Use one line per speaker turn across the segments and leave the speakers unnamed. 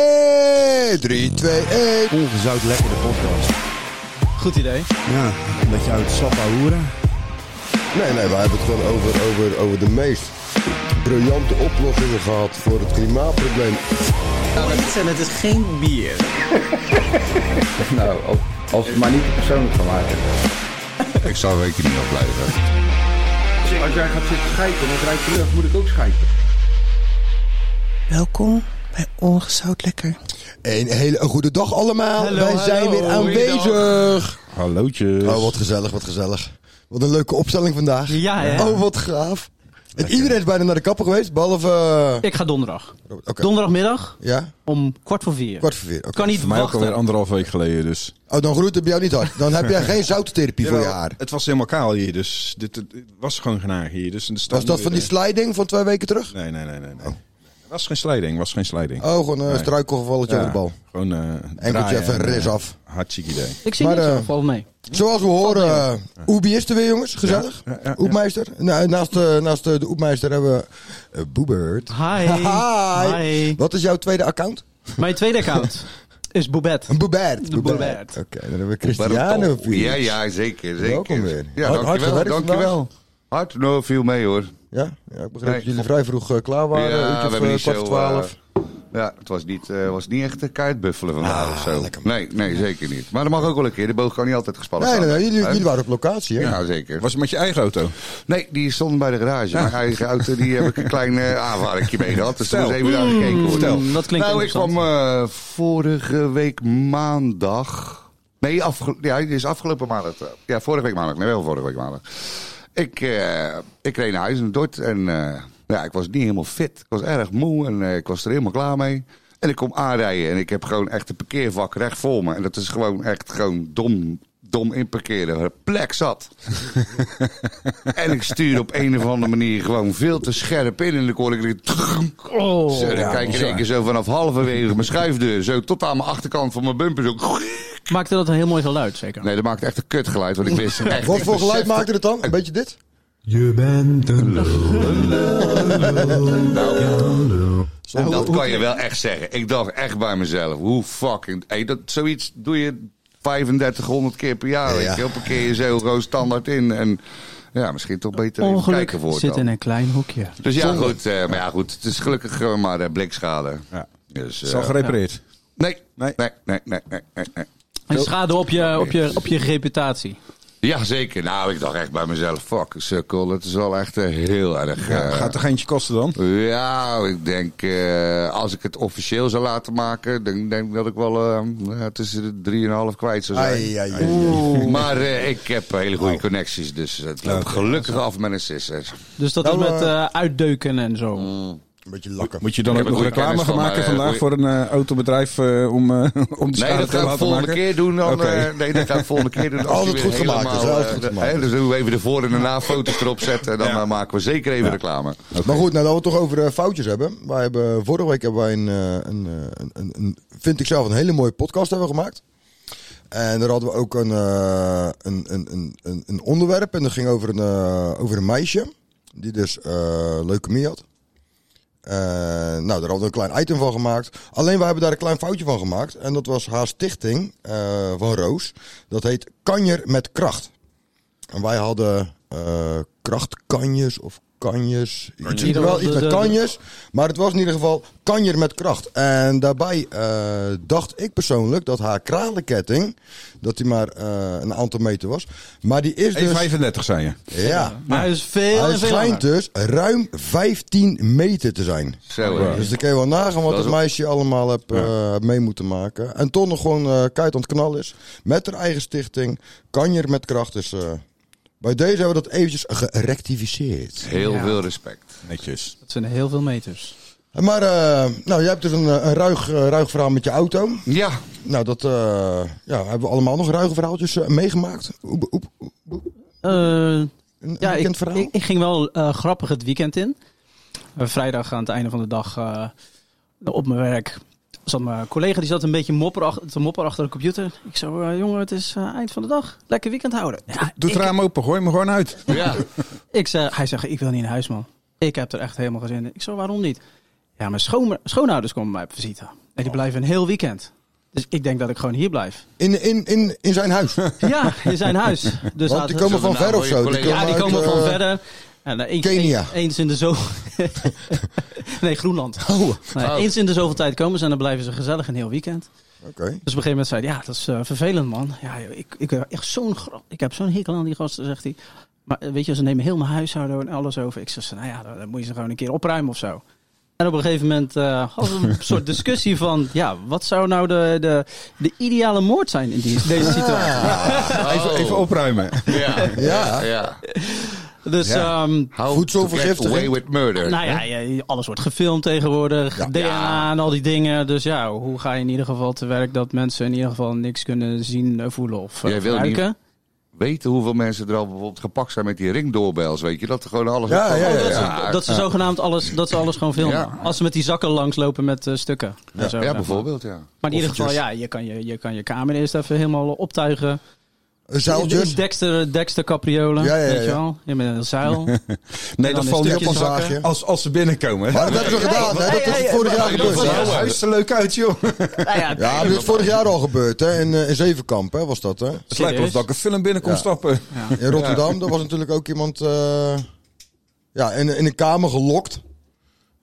Ready! 3, 2, 1.
Ongezout lekkere podcast.
Goed idee.
Ja, een beetje uit Sappa hoeren.
Nee, nee, wij hebben het gewoon over, over, over de meest briljante oplossingen gehad voor het klimaatprobleem.
En het Nou, is geen bier.
Nou, als, als het maar niet persoonlijk van maken.
Ik zou weken niet afblijven.
Als jij gaat zitten schijpen met rijke lucht, moet ik ook schijpen.
Welkom bij Ongezout Lekker.
Een hele goede dag allemaal.
Hallo,
wij zijn
hallo,
weer
goeiedag.
aanwezig.
Hallootjes.
Dus-
Oh, wat gezellig, wat gezellig. Wat een leuke opstelling vandaag.
Ja, ja.
Oh, wat gaaf. En iedereen is bijna naar de kapper geweest, behalve... eh,
Ik ga donderdag.
Robert. Oké.
Donderdagmiddag
Ja?
om kwart voor vier.
Kwart voor vier. oké.
Ik kan niet
Voor mij ook
wachten.
alweer anderhalf week geleden, dus.
Oh, dan groeit het bij jou niet hard. Dan heb jij geen zouttherapie voor je haar.
Het was helemaal kaal hier, dus dit, dit- dit was gewoon genaag hier. Dus er staat
Was dat
nu
van die
weer,
sliding van twee weken terug?
eh, Nee, nee, nee, nee. nee. Het was geen slijding, was geen slijding.
Oh, gewoon een
Nee.
struikelgevalletje
Ja,
op de bal.
Gewoon eh
Enkeltje
draaien
even
en,
ris
eh,
af.
Hartstikke idee.
Ik zie
Maar,
niks
eh,
af, valt mee.
Zoals we horen, eh, Oebi is er weer, jongens. Gezellig.
Ja, ja, ja.
Oepmeister. Nou, naast, eh, naast eh, de Oepmeister hebben we eh, Boebert.
Hi. Hi.
Wat is jouw tweede account?
Mijn tweede account is Boebet.
Een Boebert.
De Boebert.
Oké, dan hebben we Christiane. Vier.
Ja, ja, zeker. zeker.
Welkom weer.
Ja,
Hard- hard
dankjewel.
gewerkt
dankjewel.
vandaag.
Hard, nou, viel mee hoor.
Ja? ja, ik begreep
Nee.
dat jullie vrij vroeg eh, klaar waren.
ja,
Ja, of, eh,
niet
kwart
zo,
voor twaalf.
eh, ja, het was niet, eh, was niet echt een kaartbuffelen vandaag
Ah,
of zo.
lekker
Nee, nee, zeker niet. Maar dat mag ook wel een keer. De boog kan niet altijd gespannen
nee, nee,
staan.
nee, jullie,
Hè?
jullie waren op locatie, hè?
Ja, zeker.
Was het met je eigen auto?
Nee, die stond bij de garage. Mijn eigen auto, die heb ik een klein eh, aanvaringje mee gehad. Dus toen was even naar gekeken worden.
Stel. Mm, Dat klinkt
Nou, ik
interessant.
kwam eh, vorige week maandag. Nee, afge- ja, het is afgelopen maandag. eh, Ja, vorige week maandag. Nee, wel vorige week maandag. Ik, eh, ik reed naar huis in Dort en eh, ja, ik was niet helemaal fit. Ik was erg moe en eh, ik was er helemaal klaar mee. En ik kom aanrijden en ik heb gewoon echt een parkeervak recht voor me. En dat is gewoon echt gewoon dom, dom inparkeren. Plek zat. en ik stuur op een of andere manier gewoon veel te scherp in. En dan hoor ik dit-
Oh.
zo, dan kijk ik in één keer zo vanaf halverwege mijn schuifdeur. Zo tot aan mijn achterkant van mijn bumper. Zo.
Maakte dat een heel mooi geluid, zeker.
Nee, dat maakt echt een kutgeluid. Want ik wist echt...
Wat
ik
voor geluid
besefte-
maakte het dan? Een beetje dit?
Je bent een
Nou,
hoe-
dat
hoe-
kan je wel echt zeggen. Ik dacht echt bij mezelf. Hoe fucking... Hey, dat, zoiets doe je 3500 keer per jaar.
Ja.
Weet je. wel. Parkeer je zo gewoon standaard in. En ja, misschien toch beter even
Ongeluk
kijken voor het
zit
dan.
in een klein hoekje.
Dus ja, goed. eh, maar ja, goed. Het is gelukkig gewoon maar eh, blikschade.
Ja.
Dus,
Is
eh,
al gerepareerd?
nee, nee,
Nee.
nee, nee, nee, nee, nee.
En schade op je, op je, op je reputatie.
Ja, zeker. Nou, ik dacht echt bij mezelf, fuck, sukkel, het is wel echt eh, heel erg... eh,
Gaat er geentje kosten dan?
Ja, ik denk, eh, als ik het officieel zou laten maken, dan denk ik dat ik wel eh, ja, tussen de 3,5 kwijt zou zijn.
Ai, ai, ai.
Maar eh, ik heb hele goede connecties, dus het loopt gelukkig af met een sisser.
Dus dat
Nou,
is met
eh,
eh, uitdeuken en zo.
Een beetje lakken.
Moet je dan
Ik
ook
heb
nog
een goede
reclame
kennis
gaan
van,
maken
maar,
vandaag
eh,
voor een eh, autobedrijf eh, om, eh, om de
Nee,
schade
dat
te
ga ik
laten
volgende
maken?
keer doen. Dan,
Oké.
eh, nee, dat ga ik volgende keer doen.
Altijd
die weer
goed gemaakt,
helemaal,
dus altijd
eh,
goed
de-
gemaakt.
hè, dus dan doen we even de voor- en de na-foto's erop zetten. En dan eh, maken we zeker even reclame.
Maar goed, nou, dat we het toch over eh, foutjes hebben. Wij hebben vorige week hebben wij een, eh, een, eh, een, een, een- vind ik zelf een hele mooie podcast hebben we gemaakt. En daar hadden we ook een, eh, een, een, een, een, een onderwerp. En dat ging over een, eh, over een meisje. Die dus eh leukemie had. Eh, nou, daar hadden we een klein item van gemaakt. Alleen, we hebben daar een klein foutje van gemaakt. En dat was haar stichting eh, van Roos. Dat heet Kanjer met Kracht. En wij hadden eh, krachtkanjes of kanjes. Iets,
Ieder
wel
had
iets
de-
met
de-
kanjes. Maar het was in ieder geval kanjer met kracht. En daarbij eh, dacht ik persoonlijk dat haar kralenketting... dat die maar eh, een aantal meter was. Maar die is dus...
1,35 zei je.
Ja.
Maar hij is veel
Hij
en veel langer.
schijnt dus ruim 15 meter te zijn.
Zo, eh.
Dus dan kan je wel nagaan wat
Dat is
het
wel-
meisje allemaal heeft eh, mee moeten maken. En toch nog gewoon eh kuit aan het knallen is. Met haar eigen stichting. Kan je er met kracht. Dus eh, bij deze hebben we dat eventjes gerectificeerd.
heel
Ja.
veel respect.
Netjes.
Dat zijn heel veel meters.
Maar eh, nou, jij hebt dus een, eh, een ruig, eh, ruig verhaal met je auto.
Ja,
Nou, dat eh, ja, hebben we allemaal nog ruige verhaaltjes eh, meegemaakt. Oep, oep, oep.
Eh,
Een, een
Ja,
bekend
ik,
verhaal.
ik, ik ging wel eh, grappig het weekend in. Eh, vrijdag aan het einde van de dag eh, op mijn werk zat mijn collega die zat een beetje mopper ach- te mopper achter de computer. Ik zei, "Eh, jongen, het is eh, eind van de dag. Lekker weekend houden. Ja,
Doe het
ik, Oh.
raam open, gooi me gewoon uit.
ja.
ik zei, hij zegt, ik wil niet naar huis, man. Ik heb er echt helemaal geen zin in. Ik zei, waarom niet? Ja, mijn schoon, schoonouders komen bij mij op visite. En
Oh.
die blijven een heel weekend. Dus ik denk dat ik gewoon hier blijf.
In, in, in, in zijn huis.
Ja, in zijn huis. Dus
Want
laten-
die komen
zullen
van
we nou
ver of
je
zo.
collega's-
ja, die
uit,
komen van
eh,
verder. En, eh, eens-
Kenia.
Eens, eens in de zoveel... nee, Groenland.
Oh.
Nee, Eens in de zoveel tijd komen ze en dan blijven ze gezellig een heel weekend.
Oké.
Dus op een gegeven moment zei hij, ja, dat is eh, vervelend man. Ja, joh, ik, ik, heb echt zo'n gro- ik heb zo'n hekel aan die gasten, zegt hij. Maar eh, weet je, ze nemen heel mijn huishouden en alles over. Ik zeg, nou ja, dan, dan moet je ze gewoon een keer opruimen of zo. En op een gegeven moment eh hadden we een soort discussie van, ja, wat zou nou de, de, de ideale moord zijn in die, deze situatie?
Even,
Oh.
even opruimen.
Ja.
Ja.
ja.
Dus
Ja.
ehm,
How
Voedselvergiftiging.
to get away with murder.
Nou ja, je- alles wordt gefilmd tegenwoordig. DNA
Eh, Ja.
en al die dingen. Dus ja, hoe ga je in ieder geval te werk dat mensen in ieder geval niks kunnen zien, eh, voelen of eh,
Jij wil niet-
ruiken?
Weten hoeveel mensen er al bijvoorbeeld gepakt zijn met die ringdoorbels, weet je? Dat er gewoon alles...
Ja, ja, ja,
Oh, dat,
ja.
ze, dat ze zogenaamd alles, dat ze alles gewoon filmen.
Ja.
Als ze met die zakken langslopen met eh, stukken. en zo, zeg
Ja,
maar.
bijvoorbeeld, ja.
Maar in ieder
Offertjes.
geval, ja, je kan je, je kan je kamer eerst even helemaal optuigen.
Zaaltjes.
Dexter, eh, Dexter Capriola,
Ja, ja, ja,
weet je
ja.
wel. Je met een zeil.
Nee,
dan
dat
is
valt niet op
stukjes
als
zagen.
zaken. Als, als ze binnenkomen.
Maar dat hebben ze gedaan, hè? Dat is vorig jaar gebeurd. hè?
Het huis er leuk uit, joh.
nou ja,
Ja, maar dit is vorig jaar al gebeurd, hè? In, eh, in Zevenkamp, hè, was dat, hè?
Het lijkt alsof dat ik een film binnen kon
Ja.
stappen.
In Rotterdam, daar was natuurlijk ook iemand eh, ja, in, in een kamer gelokt.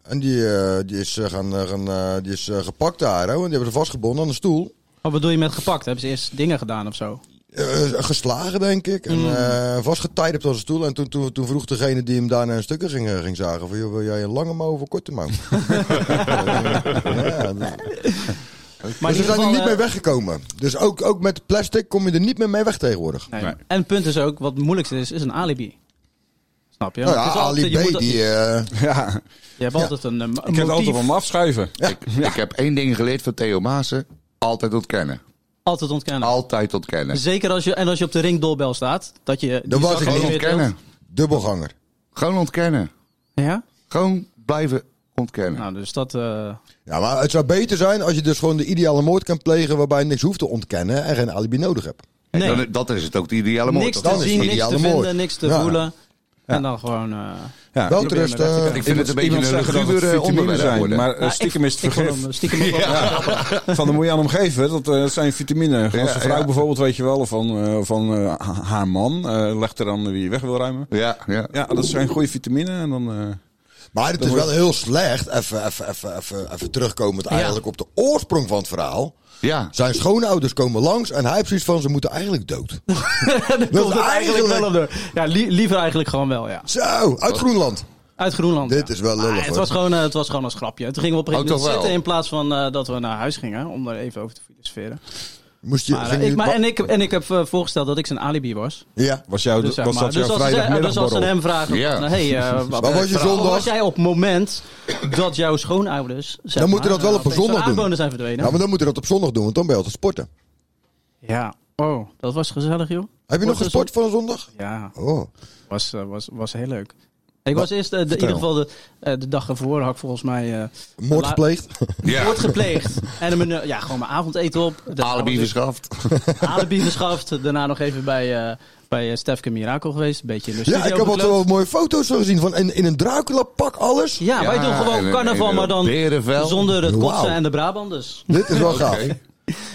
En die, eh, die is, eh, gaan, eh, gaan, eh, die is eh, gepakt daar, hè? En die hebben ze vastgebonden aan een stoel.
Wat bedoel je met gepakt? Hebben ze eerst dingen gedaan of zo?
Eh, eh, geslagen, denk ik. En eh vastgetijd op zijn stoel. En toen, toen, toen vroeg degene die hem daarna in stukken ging, eh, ging zagen... Van, joh, wil jij een lange mouw of een korte mouw? ja, dat-
Maar
dus ze zijn er
in ieder geval,
niet
eh,
mee weggekomen. Dus ook, ook met plastic kom je er niet meer mee weg tegenwoordig.
Nee.
Nee.
En het punt is ook, wat het moeilijkste is, is een alibi. Snap je?
Nou ja,
Het is altijd-
Ali
je,
B,
moet-
die... eh,
Ja,
je hebt altijd een, eh, mo-
ik heb het
motief.
altijd om me afschuiven.
Ik, ik heb één ding geleerd van Theo Maassen. Altijd ontkennen.
Altijd ontkennen.
Altijd ontkennen.
Zeker als je, en als je op de ringdoorbel staat, dat je... die
Dat was
zakken
ik
Gewoon
niet.
weer tilt.
ontkennen.
Dubbelganger.
Gewoon ontkennen.
Ja?
Gewoon blijven ontkennen.
Nou, dus dat... eh,
Ja, maar het zou beter zijn als je dus gewoon de ideale moord kan plegen waarbij je niks hoeft te ontkennen en geen alibi nodig hebt.
Nou, nee,
En dan- dat is het ook, de ideale moord.
niks
Dat
te
is
is-
zien,
het
niks te
ideale
vinden,
moord.
niks te
Ja.
voelen. En dan gewoon... eh,
Ja.
Wel
probeer
terust.
maar weg te
eh,
Ik vind het een beetje
Iemand
een
zegt dat
luguber
het
eh,
vitamine
onderwerp
zijn,
worden.
maar eh,
nou,
stiekem is het
ik vond
vergif.
hem Stiekem ook wel-
Van, dan moet je aan hem geven. Dat eh, zijn vitamine. Van
Ja,
zijn vrouw
ja.
bijvoorbeeld, weet je wel. Of van, eh, van eh, ha- haar man. Eh, legt er dan wie je weg wil ruimen.
Ja, ja.
Ja, dat zijn goede vitamine. En dan, eh,
Maar het is wel heel slecht, even, even, even, even, even terugkomend eigenlijk op de oorsprong van het verhaal.
ja.
Zijn schoonouders komen langs en hij heeft zoiets van ze moeten eigenlijk dood.
Daar
Dat
komt het eigenlijk
eigenlijk-
wel op de... Ja, li- liever eigenlijk gewoon wel, ja.
Zo,
Oh.
uit Groenland.
Uit Groenland.
Dit
ja.
is wel lullig,
Ah, het,
hoor.
was gewoon, eh, het was gewoon als grapje. Toen gingen we op een
Oh,
gegeven moment
toch wel.
zitten in plaats van eh, dat we naar huis gingen. Om daar even over te filosoferen.
Moest je,
Maar,
ging
eh, ik,
je-
maar, en, ik, en ik heb eh, voorgesteld dat ik zijn alibi was.
Ja.
was jouw,
Dus, zeg
was
maar.
dat
dus,
jouw
als, ze, eh, dus als ze
vrijdagmiddagborrel?
hem vragen,
Ja.
nou, hey, eh, wat,
was je
vragen,
zondag?
was jij op het moment dat jouw schoonouders... Zeg
Dan moeten
maar,
dat wel op
eh,
een
opeens
zondag doen.
aanwonen zijn verdwenen.
ja, Nou, maar dan moet je dat op zondag doen, want dan ben je altijd sporten.
Ja. Oh, dat was gezellig, joh.
Heb je nog
Wordt er
gesport van een zondag?
zo- Ja,
Oh.
was, eh, was, was heel leuk. Ik was eerst, eh, de, in ieder geval de, eh, de dag ervoor, had ik volgens mij... eh,
Moord
La-
gepleegd?
Ja.
Moord gepleegd. En mijn, eh, ja, gewoon mijn avondeten op. De
Alibi
avond-
verschaft.
alibi verschaft. Daarna nog even bij, eh bij eh, Stefke Mirakel geweest. Een beetje in de
Ja,
studio
ik heb altijd
gekloot.
wel mooie foto's zo gezien van in, in een Dracula pak alles.
Ja, wij doen
en
gewoon
een-
carnaval,
en
maar dan
Berenvel.
zonder het kotsen
eh, Wauw.
en de Brabanders.
Dit is wel gaaf.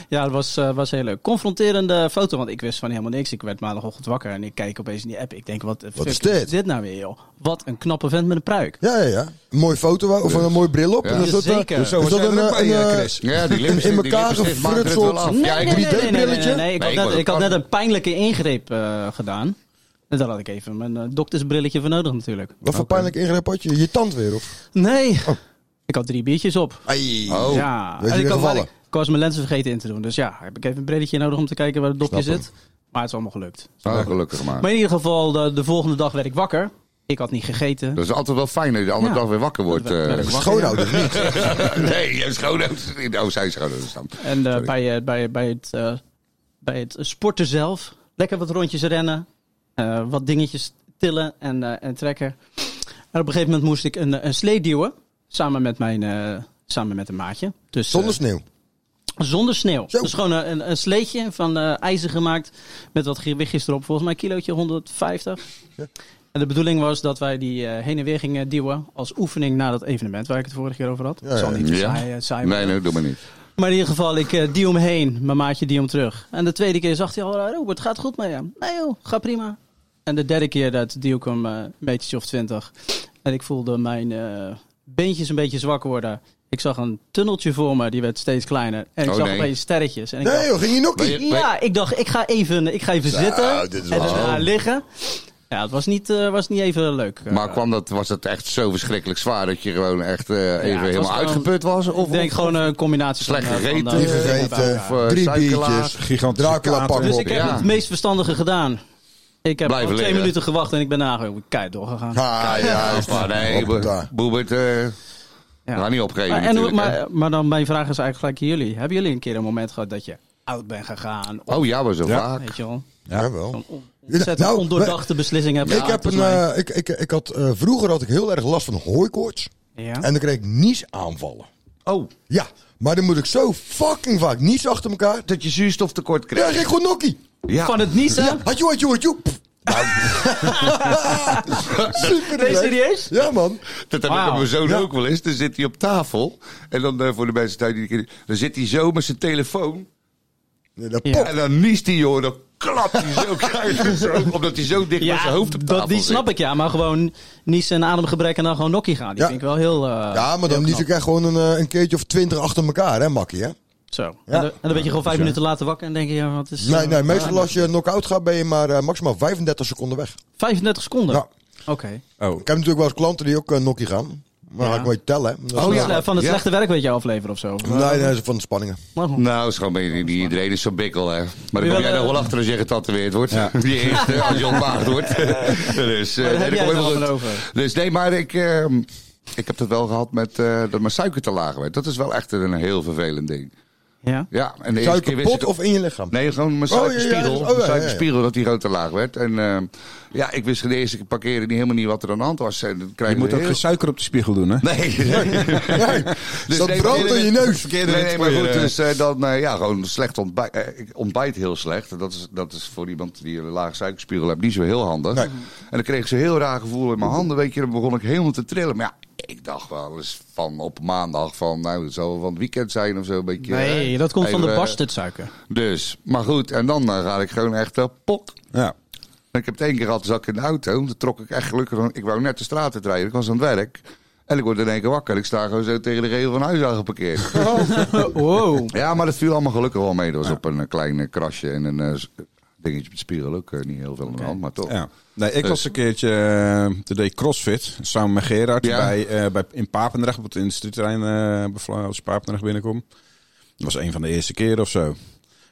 Ja, dat was, eh, was heel leuk. Confronterende foto, want ik wist van helemaal niks. Ik werd maandagochtend wakker en ik kijk opeens in die app. Ik denk, wat, de
Wat
fuck
is dit?
is dit nou weer, joh? Wat een knappe vent met een pruik.
Ja, ja, ja. Een mooie foto of een mooie bril op.
Ja.
En dan is dat, eh,
Jazeker.
is dat een, eh, een, eh,
Ja, die
In
lipstick, die
elkaar
lipstick maakt het wel
gefrutseld.
af.
Nee,
Ja,
nee, nee,
ik moet-
nee, nee, nee, nee,
brilletje?
nee. Ik,
Nee, ik
had,
was
net,
een
ik had net
karper.
een pijnlijke ingreep eh, gedaan. En daar had ik even mijn eh, doktersbrilletje voor nodig natuurlijk.
Wat voor pijnlijk ingreep had je? Je tand weer, of?
Nee, ik had drie biertjes op.
Oh,
ja,
wees
En
Oh. je
ik
weer
had-
gevallen?
Ik, ik was mijn lenzen vergeten in te doen. Dus ja, heb ik even een brilletje nodig om te kijken waar het dopje
Snap hem.
zit. Maar het is allemaal gelukt.
Ah, gelukkig maar.
Maar in ieder geval, de, de volgende dag werd ik wakker. Ik had niet gegeten.
Dat is altijd wel fijn dat je de andere
Ja.
dag weer wakker wordt.
Dat werd-
eh.
werd ik wakker, ja.
Schoonouders niet.
nee, je schoonouders. Oh, zijn schoonouders dan.
En eh, bij, eh, bij, bij, het, eh, bij het sporten zelf. Lekker wat rondjes rennen. eh, wat dingetjes tillen en, eh, en trekken. En op een gegeven moment moest ik een, eh, een slee duwen. Samen met, mijn, eh, samen met een maatje. Dus, eh,
Zonder sneeuw.
zonder sneeuw.
Zo.
Dus gewoon eh, een, een sleetje van eh, ijzer gemaakt. Met wat gewichtjes erop. Volgens mij een kilootje 150. En En de bedoeling was dat wij die eh, heen en weer gingen duwen als oefening naar dat evenement waar ik het vorige keer over had.
Ja,
Het zal
ja.
niet zo
Ja.
saai, eh, saai
Nee,
worden.
nee, doe maar niet.
Maar in ieder geval, ik eh duw hem heen, mijn maatje duw hem terug. En de tweede keer zag hij al, eh, Robert, gaat goed met je. Nee joh, gaat prima. En de derde keer, dat duw ik hem eh, een metertje of twintig. En ik voelde mijn eh, beentjes een beetje zwak worden. Ik zag een tunneltje voor me, die werd steeds kleiner. En ik
Oh,
zag
nee.
opeens sterretjes. En ik
Nee
dacht,
joh, ging je nokkie?
Ben je-
ja, ik dacht, ik ga even, ik ga even
Nou,
zitten.
dit is
en
wel-
daarna liggen. Ja, het was niet, eh, was niet even leuk. Eh,
Maar kwam dat, was dat echt zo verschrikkelijk zwaar dat je gewoon echt eh, even
het was
helemaal
gewoon-
uitgeput was? Of,
Ik denk gewoon een combinatie
Slecht
van... eh, van,
gegeten,
eh,
Niet
van elkaar.
gegeten,
Of, eh,
drie
suikerlaag.
biertjes,
Gigantische
Dracula
kater.
pak
Dus
op.
ik heb
Ja.
het meest verstandige gedaan. Ik heb
Blijven
gewoon twee
leren.
minuten gewacht en ik ben aangehouden. Keihard doorgegaan.
Ah,
Ja,
ja,
maar nee,
Op het
Bo-
daar.
Boebert, eh
Ja.
we gaan niet opgeven
Maar, en,
natuurlijk, hè.
maar, maar dan mijn vraag is eigenlijk gelijk aan jullie. Hebben jullie een keer een moment gehad dat je oud bent gegaan? Of,
Oh ja, maar zo
Ja.
vaak.
Weet je wel,
Jawel.
ontzettend
Nou,
ondoordachte beslissing hebt
Ik heb
gemaakt,
een,
volgens
eh, ik, ik, ik had, eh, vroeger had ik heel erg last van hooikoorts.
mij. ja?
En dan kreeg ik niesaanvallen.
Oh,
Ja, maar dan moet ik zo fucking vaak niets achter elkaar.
dat je zuurstoftekort
Dan
krijgt.
kreeg ik gewoon nokkie.
Ja.
Van het niezen?
Ja, had je wat, joh, joh. Super
Nee, serieus?
Ja, man.
Dat heb ik
Wauw.
aan mijn zoon
Ja.
ook wel eens. Dan zit hij op tafel. En dan eh, voor de mensen thuis die het kennen, Dan zit hij zo met zijn telefoon.
Nee, dat
Ja.
pop.
En dan niest hij, joh. Dan klapt hij zo keihard. zo, Omdat hij zo dicht met zijn hoofd op tafel
dat, die snap
zit.
ik ja, maar gewoon niezen en ademgebrek en dan gewoon nokkie gaan. Die
Ja.
vind ik wel heel. eh,
Ja, maar dan
heel
niet
knap.
ik echt gewoon een, eh, een keertje of twintig achter elkaar, hè, makkie, hè?
Zo. En, dan, en dan ben je gewoon vijf minuten later wakker en denk je, ja, wat is.
Nee,
eh,
nee, meestal
waar?
als je knock-out gaat ben je maar eh, maximaal 35 seconden weg.
35 seconden.
Ja.
Oké.
Oh,
Ik heb natuurlijk wel eens klanten die ook eh, nokkie gaan. Maar
Ja.
ga ik nooit tellen, hè. Dat is
Oh,
wel-
ja.
Van het
Ja.
slechte werk weet je afleveren of zo.
Nee, nee, dat is van de spanningen.
Nou,
Nou, schat, ben je niet iedereen is zo'n bikkel, hè. Maar dan
Wie wel,
kom jij nog
eh,
wel achter als je getatoeëerd wordt.
Ja.
Die eerste, als je ontmaagd wordt. dus, eh,
daar
nee,
heb jij het
dat komt helemaal
allemaal
goed.
over.
Dus nee, maar ik, eh, ik heb dat wel gehad met eh, dat mijn suiker te laag werd. Dat is wel echt een heel vervelend ding.
Ja.
Ja, en de eerste keer
Suiker
wist
pot
ik-
of in je lichaam?
Nee, gewoon mijn
Oh, ja, ja,
suikerspiegel.
ja. Oh,
mijn
ja, ja, ja.
suikerspiegel, dat die rood te laag werd. En ehm, ja, ik wist de eerste keer parkeren niet helemaal niet wat er aan de hand was. En dan krijg
je moet ook
heel-
geen suiker op de spiegel doen, hè?
Nee, nee. Dus
Nee, dat
nee,
brandt in
nee,
je
nee.
neus.
Nee, nee, maar goed, dus eh, dan eh, ja, gewoon slecht ontbijt. eh, ik ontbijt heel slecht. Dat is, dat is voor iemand die een lage suikerspiegel heeft niet zo heel handig.
Nee.
En dan kreeg ik zo'n heel raar gevoel in mijn handen. Weet je, dan begon ik helemaal te trillen. Maar ja, ik dacht wel eens van op maandag van, nou, het zal wel van het weekend zijn of zo een beetje.
Nee,
eh,
dat komt van de
even, eh,
bastardsuiker.
Dus, maar goed, en dan eh, ga ik gewoon echt eh, pop.
Ja.
En Ik heb het één keer gehad, zat ik in de auto. Toen trok ik echt gelukkig. want Ik wou net de straat uit rijden. Ik was aan het werk. En ik word in één keer wakker. Ik sta gewoon zo tegen de regel van huis aan geparkeerd.
Oh. Wow.
ja, maar dat viel allemaal gelukkig wel mee. Dat was op een eh, klein eh, krasje en een eh, s- dingetje met spiegel ook. eh, niet heel veel aan de hand, maar toch.
Ja. Nee, ik
Dus-
was een keertje, eh toen deed ik CrossFit, samen met Gerard,
Ja.
bij, eh, bij, in Papendrecht, op het industrieterrein, eh, bij Vla- als je Papendrecht binnenkom. Dat was een van de eerste keren of zo.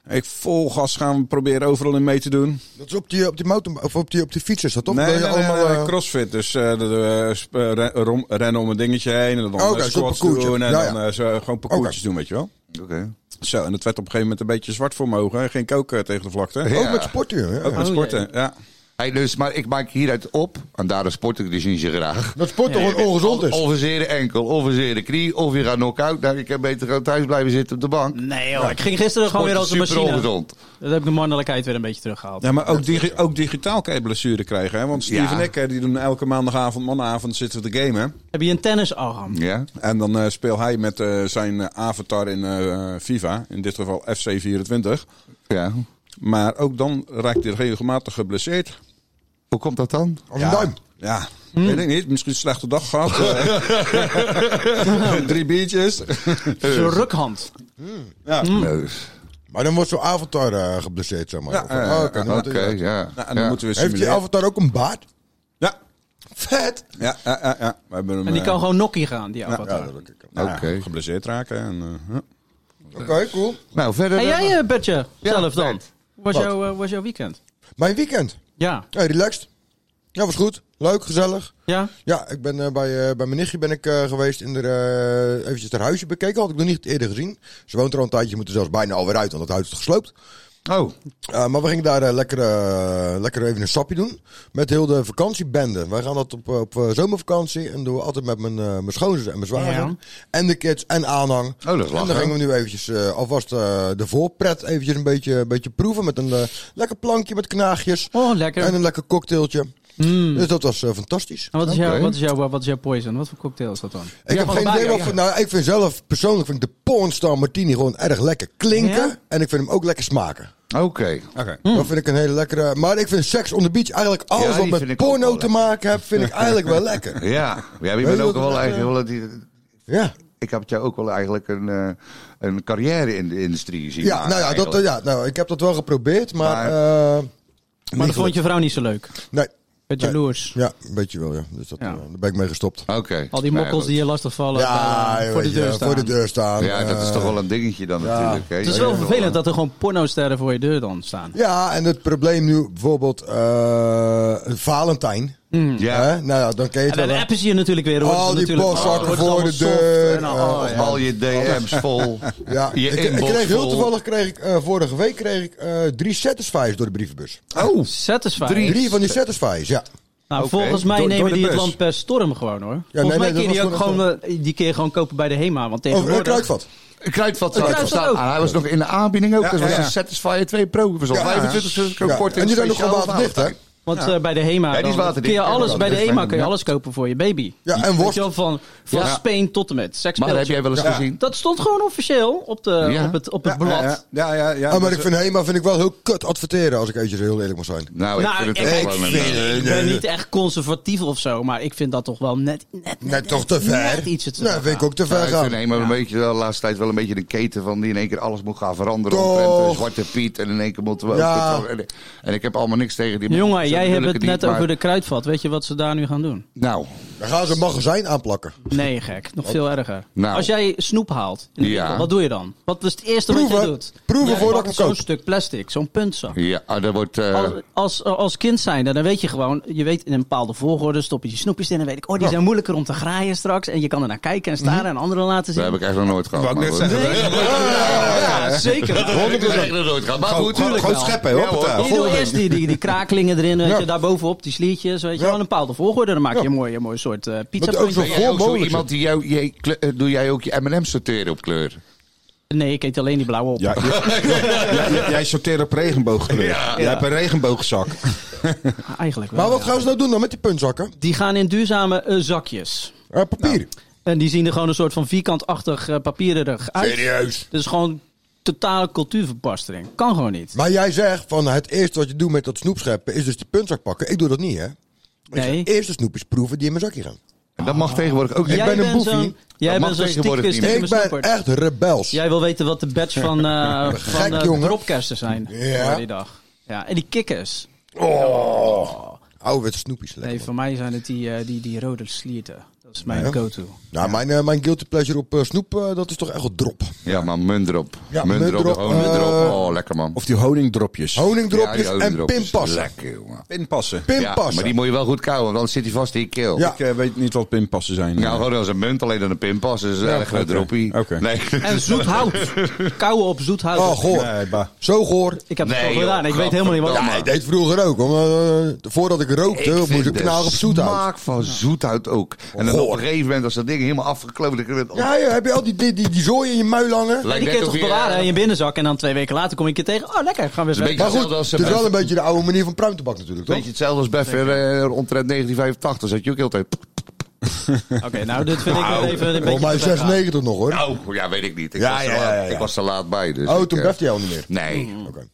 Ik vol gas gaan proberen overal in mee te doen.
Dat is op die, op die, mountain, of op die, op die fiets is dat toch?
Nee,
Dat
nee,
je
nee,
allemaal,
nee,
eh,
crossfit. Dus eh, de- de, eh, sp- eh, ren- rom- rennen om een dingetje heen. En dan
Oké,
eh,
zo'n
squats
parcoursje.
doen. En
Ja, ja.
dan eh, zo, gewoon parcoursjes doen, weet je wel.
Oké.
Zo, en het werd op een gegeven moment een beetje zwart voor mijn ogen. En ging ik ook eh, tegen de vlakte.
Ja.
Ook met sporten, joh, ja.
Ook met
Oh,
sporten, ja.
Hey, dus, maar ik maak hieruit op. En daardoor sport ik dus niet zo graag.
Dat sporten
Ja.
gewoon ongezond is.
Of een zere enkel, of een zere knie, of je gaat knock-out. Nou, ik kan beter gewoon thuis blijven zitten op de bank.
Nee joh, ik ging gisteren gewoon weer als een
Sport is
machine.
super ongezond.
Dat heb ik de mannelijkheid weer een beetje teruggehaald.
Ja, maar ook, digi- ook digitaal kan je blessure krijgen. Hè? Want Steve
Ja.
en ik, hè, die doen elke maandagavond, mannenavond, zitten we te gamen.
Heb je een tennisarm?
Ja?
En dan eh speelt hij met eh, zijn eh, avatar in eh FIFA. In dit geval FC24.
Ja.
Maar ook dan raakt hij regelmatig geblesseerd.
Hoe komt dat dan?
Als een duim.
Ja, weet ik niet. Misschien een slechte dag gehad. Eh, Drie biertjes.
Zo'n rukhand. Mm.
Neus.
Maar dan wordt zo'n avatar eh, geblesseerd, zeg maar.
Ja,
Of van,
eh,
oh,
ja,
oké, dan
Oké,
moet je-
ja.
Nou, en dan
Ja.
moeten we
Heeft die
simuleren.
avatar ook een baard?
Ja,
Vet!
ja, ja, ja. ja. We hebben hem
En die
eh,
kan gewoon nokkie gaan, die
Ja,
avatar.
dat ook. Oké,
nou ja,
Oké.
geblesseerd raken. En, eh, ja.
cool.
Nou, verder.
en
dan-
jij eh, Bertje,
Ja,
zelf dan?
Bert.
Hoe was,
Wat?
jouw, eh, hoe was jouw weekend?
Mijn weekend.
Ja.
Hey, relaxed. Ja, was goed. Leuk, gezellig.
Ja?
Ja, ik ben eh, bij, eh, bij mijn nichtje ben ik eh, geweest in de, eh, eventjes haar huisje bekeken. Had ik nog niet eerder gezien. Ze woont er al een tijdje, moet er zelfs bijna alweer uit, want het huis is gesloopt.
Oh,
Eh, maar we gingen daar eh, lekker, eh, lekker even een sapje doen. Met heel de vakantiebende. Wij gaan dat op, eh, op eh, zomervakantie. En doen we altijd met mijn, eh mijn schoonzus en mijn zwager.
Ja.
En de kids en aanhang.
Oh, dat is
en
lachen.
dan gingen we nu eventjes eh, alvast eh, de voorpret eventjes een beetje, een beetje proeven. Met een eh, lekker plankje met knaagjes.
Oh, lekker.
En een lekker cocktailtje.
Mm.
Dus dat was eh, fantastisch.
En wat is,
Oké.
jouw, wat, is jouw, eh, wat is jouw poison? Wat voor cocktail is dat dan?
Ik heb geen idee wat voor- Nou, ik vind zelf persoonlijk vind ik de Pornstar Martini gewoon erg lekker klinken.
Ja?
En ik vind hem ook lekker smaken.
Oké.
Dat vind ik een hele lekkere. Maar ik vind Sex on the Beach eigenlijk alles
Hmm. Ja, die
wat
vind
met
ik ook wel
porno te
lekker.
maken heeft, vind ik eigenlijk wel lekker.
Ja, ja je
Weet
bent
je
ook
wat
wel
het,
eigenlijk...
eh,
wel die-
Ja,
Ik heb jou ook wel eigenlijk een, eh, een carrière in de industrie zien
ja,
maken
nou ja, dat,
eigenlijk.
ja nou, ik heb dat wel geprobeerd, maar.
Maar-
eh,
Maar
niet
dat vond je vrouw niet zo leuk.
gelukt. Nee,
Beetje
Nee.
jaloers.
ja, weet je wel, ja. Dus dat,
Ja.
eh, daar ben ik mee gestopt.
Oké.
Al die
Nou ja, eh,
mokkels
goed.
die je lastig vallen eh,
Ja,
voor de
weet je,
deur staan.
voor de deur staan.
Ja, dat is
eh,
toch wel een dingetje dan natuurlijk. Hè?
Het is
Ja,
wel
ja.
vervelend dat er gewoon pornosterren voor je deur dan staan.
Ja, en het probleem nu bijvoorbeeld eh, Valentijn.
Hmm. Ja.
Hè? Nou ja, dan ken je het
En
wel.
dan
hè?
appen ze je natuurlijk weer.
Al die postzakken voor de deur, eh,
ja.
Nou, Al je DM's vol.
Ja,
Je
ik, ik
inbox
kreeg heel
vol.
toevallig, kreeg ik, eh, vorige week kreeg ik eh, drie satisfies door de brievenbus.
Oh, satisfying.
Drie van die satisfies, ja.
Nou,
Oké.
volgens mij
Door- door
nemen
de
die het
bus.
land per storm gewoon hoor.
nee,
volgens mij
nee,
kun je die
dat
ook
was
gewoon,
gewoon
eh, die keer gewoon kopen bij de HEMA. Want
Over uh,
tegenwoordig...
Kruidvat.
Kruidvat
Een
zou ik
Kruidvat
staan.
ook.
Ah, hij was nog in de aanbieding ook.
Ja,
dat was
ja, ja.
een Satisfyer 2 Pro. Dat was al
Ja,
25
Ja.
korting.
En die zijn nog
speciaal
gewoon waterdicht, hè?
Want eh, bij de HEMA
Ja, die is
dan
waterdicht.
kun je
Ja,
alles,
dat
bij de
is mijn-
HEMA kun je
ja.
alles kopen voor je baby.
Ja, en
Weet
worst.
je wel, van van
Ja.
Spain tot en met. sekspeltje.
Maar heb jij wel eens
Ja.
gezien?
Dat stond gewoon officieel op, de,
Ja.
op het, op het blad.
Ja, ja, ja. ja.
Ah, maar
Dus,
ik vind Hema vind ik wel heel kut adverteren, als ik eventjes heel eerlijk mag zijn.
Nou, ik
Nou,
vind
ik-
het
ik
ook wel
vind-
een-
Nee,
Ik
nee,
ben
nee.
niet echt conservatief of zo, maar ik vind dat toch wel net, net, net,
Net toch te
net
ver.
ietsje te
Nee,
ver
vind ik
gaan.
ook te
Ja,
ver
ik
gaan.
vind helemaal een beetje de laatste tijd wel een beetje de keten van die in één keer alles moet gaan veranderen.
Toch.
omtrent, eh, Zwarte Piet en in één keer moeten we ook
Ja.
controle- en- En ik heb allemaal niks tegen die
Jongen,
zo
jij hebt
lullige
het
die,
net
maar-
over de kruidvat. Weet je wat ze daar nu gaan doen?
Nou,
Dan gaan ze een magazijn aanplakken.
Nee, gek. Nog veel erger.
Nou.
Als jij snoep haalt, in de
Ja.
winkel, wat doe je dan? Wat is het eerste wat jij
Proeven.
doet?
Proeven
Jij
voordat
pakt
ik hem
Zo'n
koop.
stuk plastic, zo'n puntzak.
ja, ah, dat wordt... eh,
Als, als, als kind zijnde, dan weet je gewoon, je weet in een bepaalde volgorde, stop je je snoepjes in en weet ik, oh die zijn moeilijker om te graaien straks. En je kan er naar kijken en
Mhm.
staren en anderen laten
dat
zien.
heb ik eigenlijk nog nooit gehad.
Wou ik
maar
net
goed.
zeggen.
Nee, ja, zeker.
Ik heb het nooit gehad. Maar goed,
gewoon, gewoon scheppen, hoor. op
Je
tafel.
doet eerst die, die, die krakelingen erin, weet
Ja.
je, daarbovenop, die sliertjes, weet je wel, in een bepaalde volgorde. Dan maak je een mooi, een mooi soort eh pizza
ook zo
Ben jij ook zo
Mogelijk.
iemand die jou, jij, kle- eh, doe jij ook je M&M sorteren op kleur?
Nee, ik eet alleen die blauwe op.
Ja, jij- jij- jij sorteert op regenboogkleur. Jij
Ja.
hebt een regenboogzak.
Eigenlijk wel.
Maar wat gaan ze nou doen dan met die puntzakken?
Die gaan in duurzame eh, zakjes.
Eh, papier.
Nou.
En die zien er gewoon een soort van vierkantachtig eh, papiererig uit.
Serieus.
Dus gewoon totale cultuurverpastering. Kan gewoon niet.
Maar jij zegt van het eerste wat je doet met dat snoepscheppen is dus die puntzak pakken. Ik doe dat niet, hè?
Nee.
Eerst de snoepjes proeven die in mijn zakje gaan.
En dat mag tegenwoordig ook
Jij
niet.
ben een
bent
boefie.
zo'n- Jij bent
Dat mag
zo'n
tegenwoordig
stiekem,
niet meer.
stiekem
Ik ben
snoeper.
echt rebels.
Jij wil weten wat de badge van, eh van eh,
jongen.
dropkersen zijn
Ja.
voor die dag. Ja, en die kikkers.
Oh. Ouderwetse snoepjes. Lekker,
Nee, voor mij zijn het die, eh, die, die rode slierten. Dat is mijn
Ja.
go-to.
Nou, mijn, eh, mijn guilty pleasure op eh, snoep, eh, dat is toch echt wel drop.
Ja, maar mundrop.
Ja,
mundrop,
munt erop,
gewoon mundrop.
eh,
Oh, lekker man.
Of die honingdropjes.
Honingdropjes
Ja, die
en
honingdropjes.
pinpassen.
Lekker, jongen.
Pinpassen.
Ja,
Pinpassen.
maar die moet je wel goed kauwen, want anders zit hij vast in je keel.
Ja.
Ik eh, weet niet wat pinpassen zijn. Eh,
Nou, gewoon als een munt, alleen dan een pinpas. Dus een erg
oké.
droppie.
Oké.
Nee,
En zoet hout. Kouwen op zoet hout.
Oh, goor.
Nee, bah.
Zo goor.
Ik heb het
Nee,
al gedaan.
joh,
Ik weet helemaal niet wat.
Ja, ik deed vroeger ook. hoor, maar, eh, voordat ik rookte, moest ik knallen op zoethout.
smaak van zoethout ook. En dan
Goor.
op een gegeven moment, als dat ding helemaal afgekloot is...
Ja, ja, heb je al die, die, die, die zooi in je muil hangen?
Ja, die kun je toch bewaren in je binnenzak. En dan twee weken later kom ik je tegen. Oh, lekker. Gaan we eens
eh, Een
weg.
beetje
Maar goed,
hetzelfde als
het is wel
bij-
een beetje de oude manier van pruimtebak natuurlijk, toch?
Weet je hetzelfde als Beffer eh omtrent 1985? Zat je ook heel de tijd...
Oké, nou, dit vind ik wel even een beetje...
Volgens mij
te ver gaan.
96 nog hoor.
Oh, ja, weet ik niet. Ik,
Ja,
was, er
ja,
laat-
ja, ja.
ik was er laat bij. Dus
Oh,
ik,
toen
eh,
beft hij al niet meer.
Nee.
Oké.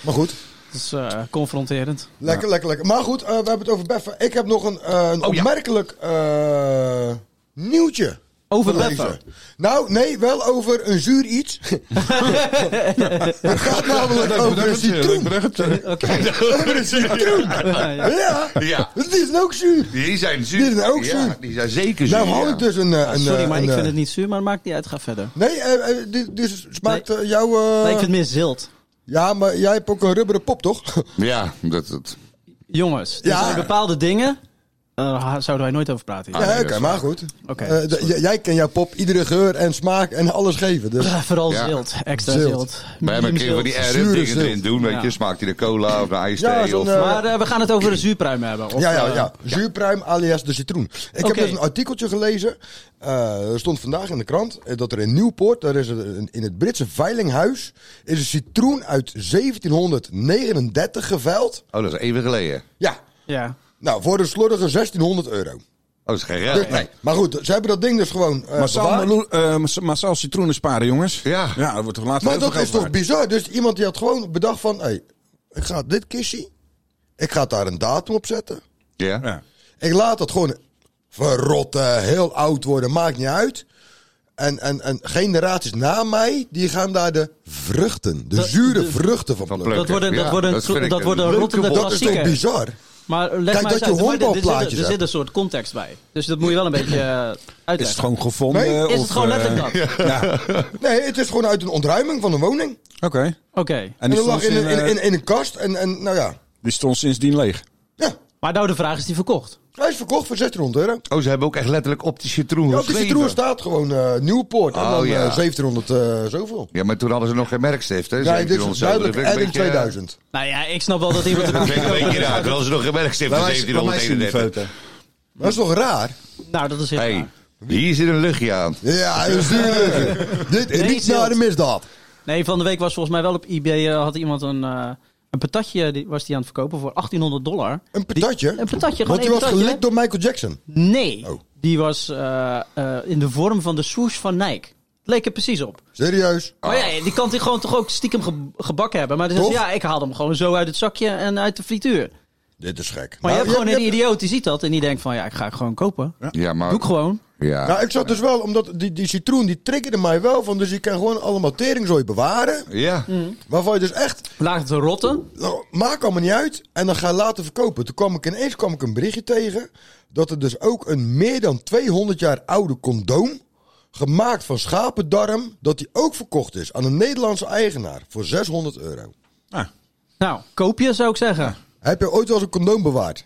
Maar goed,
Dat is eh, confronterend.
lekker, lekker, lekker. Maar goed, eh, we hebben het over beffen. Ik heb nog een, eh, een
Oh,
ja.
opmerkelijk eh, nieuwtje.
Over
te
beffen?
lezen. Nou, nee, wel over een zuur iets. het gaat namelijk over
eh,
een citroen. Over een citroen. Ja,
Ja.
het is ook zuur.
Die zijn zuur.
Die zijn ook
Ja,
zuur.
die zijn zeker zuur.
Nou had
ja.
ik dus een... eh, een
Sorry,
eh,
maar
een,
ik
eh,
vind het niet zuur, maar het maakt niet uit. Ga verder.
Nee, eh, eh, dit, dus smaakt eh, jouw... eh,
Nee, ik vind het meer zilt.
Ja, maar jij hebt ook een rubberen pop, toch?
Ja, dat... dat.
Jongens, er
Ja.
zijn bepaalde dingen... eh, zouden wij nooit over praten. hier.
ja,
Ah, nee,
oké,
dat is
maar goed.
Oké,
Eh,
dat is
d- j- jij kan jouw pop iedere geur en smaak en alles geven. Dus
Eh, Vooral
Ja.
zilt. Extra
Zilt.
zilt.
Bij hem een keer
Medium
van die
zilt.
Zure
RM dingen erin
zilt.
doen, weet
Ja.
je. Smaakt hij de cola of de ijsthee?
Ja, zo'n,
of...
eh,
Maar eh, we gaan het over de zuurpruim hebben. Of,
ja, ja, ja.
eh,
Zuurpruim alias de citroen. Ik
Oké.
heb dus een artikeltje gelezen. eh, er stond vandaag in de krant eh, dat er in Nieuwpoort, daar is er een- in het Britse veilinghuis, is een citroen uit 1739 geveild.
Oh, dat is even geleden.
Ja.
Ja.
Nou, voor de slordige 1600 euro.
dat is geen
Dus-
recht.
nee. Maar goed, ze hebben dat ding dus gewoon. eh,
Massaal,
bewaard.
meloen- eh, massa- massaal citroenen sparen, jongens.
Ja.
Ja, dat wordt toch later
Maar
heel
dat
veel
is
geld
toch
waard.
bizar? Dus iemand die had gewoon bedacht van... Hey, ik ga dit kistje... Ik ga daar een datum op zetten.
Ja.
Ja.
Ik laat dat gewoon verrotten, heel oud worden, maakt niet uit. En, en, en generaties na mij, die gaan daar de vruchten, de
Dat-
zure
de-
vruchten van plukken.
Dat worden, dat
Ja,
worden,
dat vind ik
dat
een
worden
leuke
rottende
woord.
Dat is toch
klassiekers.
bizar?
Maar leg
Kijk
maar
dat
eens
je
uit, maar dit- dit zit-
honkbalplaatjes
Er zit
hebt.
een soort context bij. Dus dat moet je wel een beetje eh,
Is het
uitleggen.
gewoon gevonden?
Nee,
of,
Is het gewoon
eh,
letterlijk dat?
Nee, het is gewoon uit een ontruiming van een woning.
Oké.
Oké.
En,
die
dat lag
stond,
in,
in,
een- in,
eh,
in, in een kast en, en nou ja.
die stond sindsdien leeg.
ja.
Maar nou de vraag, is die verkocht?
Hij is verkocht voor 1600 euro.
Oh, ze hebben ook echt letterlijk op die
Ja,
citroen
op die
geschreven.
citroen staat gewoon eh Nieuwpoort. en
Oh,
dan eh,
ja.
1700 eh, zoveel.
Ja, maar toen hadden ze nog geen merkstift, hè?
Ja, dit is
1700 euro.
duidelijk.
Dat vind ik
En
een
in
beetje, eh,
2000.
Nou ja, ik snap wel dat iemand het
Dat
moet
vind ik een beetje raar. Toen hadden ze nog geen merkstift in
Laat mij- laat mij zien die
1733.
foto.
Dat is toch raar?
Nou, dat is heel
Hé,
raar.
hier zit een luchtje aan.
Ja, natuurlijk. Dit is
Nee,
niet
Zilt.
naar de misdaad.
Nee, van de week was volgens mij wel op eBay, eh, had iemand een, eh, een patatje, die was die aan het verkopen voor 1800 dollar.
Een patatje?
Een patatje, gewoon
Want die
één
was
patatje,
gelikt door Michael Jackson.
Nee,
Oh.
die was eh, eh, in de vorm van de swoosh van Nike. Leek er precies op.
Serieus?
Maar ja, die kan hij gewoon toch ook stiekem ge- gebakken hebben. Maar dan zegt
Oh. Toch?
hij, ja, ik haal hem gewoon zo uit het zakje en uit de frituur. Maar
Dit is gek. Nou,
je hebt gewoon een
hebt-
idioot die ziet dat en die denkt van, ja, ik ga het gewoon kopen.
Ja, maar...
Doe ik gewoon.
Nou,
Ja.
ik zat dus wel, omdat die, die citroen die triggerde mij wel van, dus je kan gewoon allemaal teringzooi bewaren.
Ja.
Waarvan je dus echt,
Laat het rotten.
nou, maakt allemaal niet uit. En dan ga je laten verkopen. Toen kwam ik ineens kwam ik een berichtje tegen dat er dus ook een meer dan 200 jaar oude condoom, gemaakt van schapendarm, dat die ook verkocht is aan een Nederlandse eigenaar voor 600 euro.
Ah,
Nou, koop je zou ik zeggen.
Heb je ooit wel eens een condoom bewaard?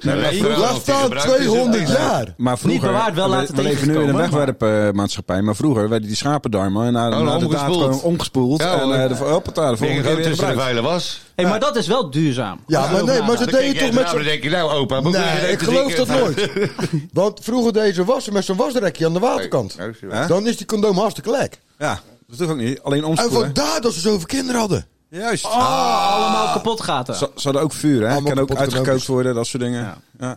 Nou, laat staan
Laat
of die
staan
gebruikt is,
200
eh,
jaar.
maar vroeger,
Niet bewaard, wel
we-
laten
we leven nu in een
tegenkomen,
wegwerpmaatschappij, maar vroeger werden die schapendarmen na, na de daad
omgespoeld.
gewoon omgespoeld.
Ja,
en
hoor.
eh, de, hoppata, de volgende keer
Dingen gewoon
weer
tussen de
gebruikt.
vuile was.
Hey, Maar dat is wel duurzaam.
Ja, maar nee, maar ze
Dan kijk
deden
jij
toch met
ernaar en
zo'n...
denk je, nou opa, moet je
Nee,
dit
ik geloof
drinken?
dat nooit. Want vroeger deze wassen met zo'n wasrekje aan de waterkant.
Nee, nee,
Hè?
Dan is die condoom hartstikke lek.
Ja, dat hoeft ook niet. Alleen
En
omspoelen.
vandaar dat ze zoveel kinderen hadden.
Juist. Ah,
Allemaal kapot gaten.
Ze, ze hadden ook vuur, hè?
Allemaal
Kan ook
kapotte
uitgekookt
knopjes.
worden, dat soort dingen. Ja.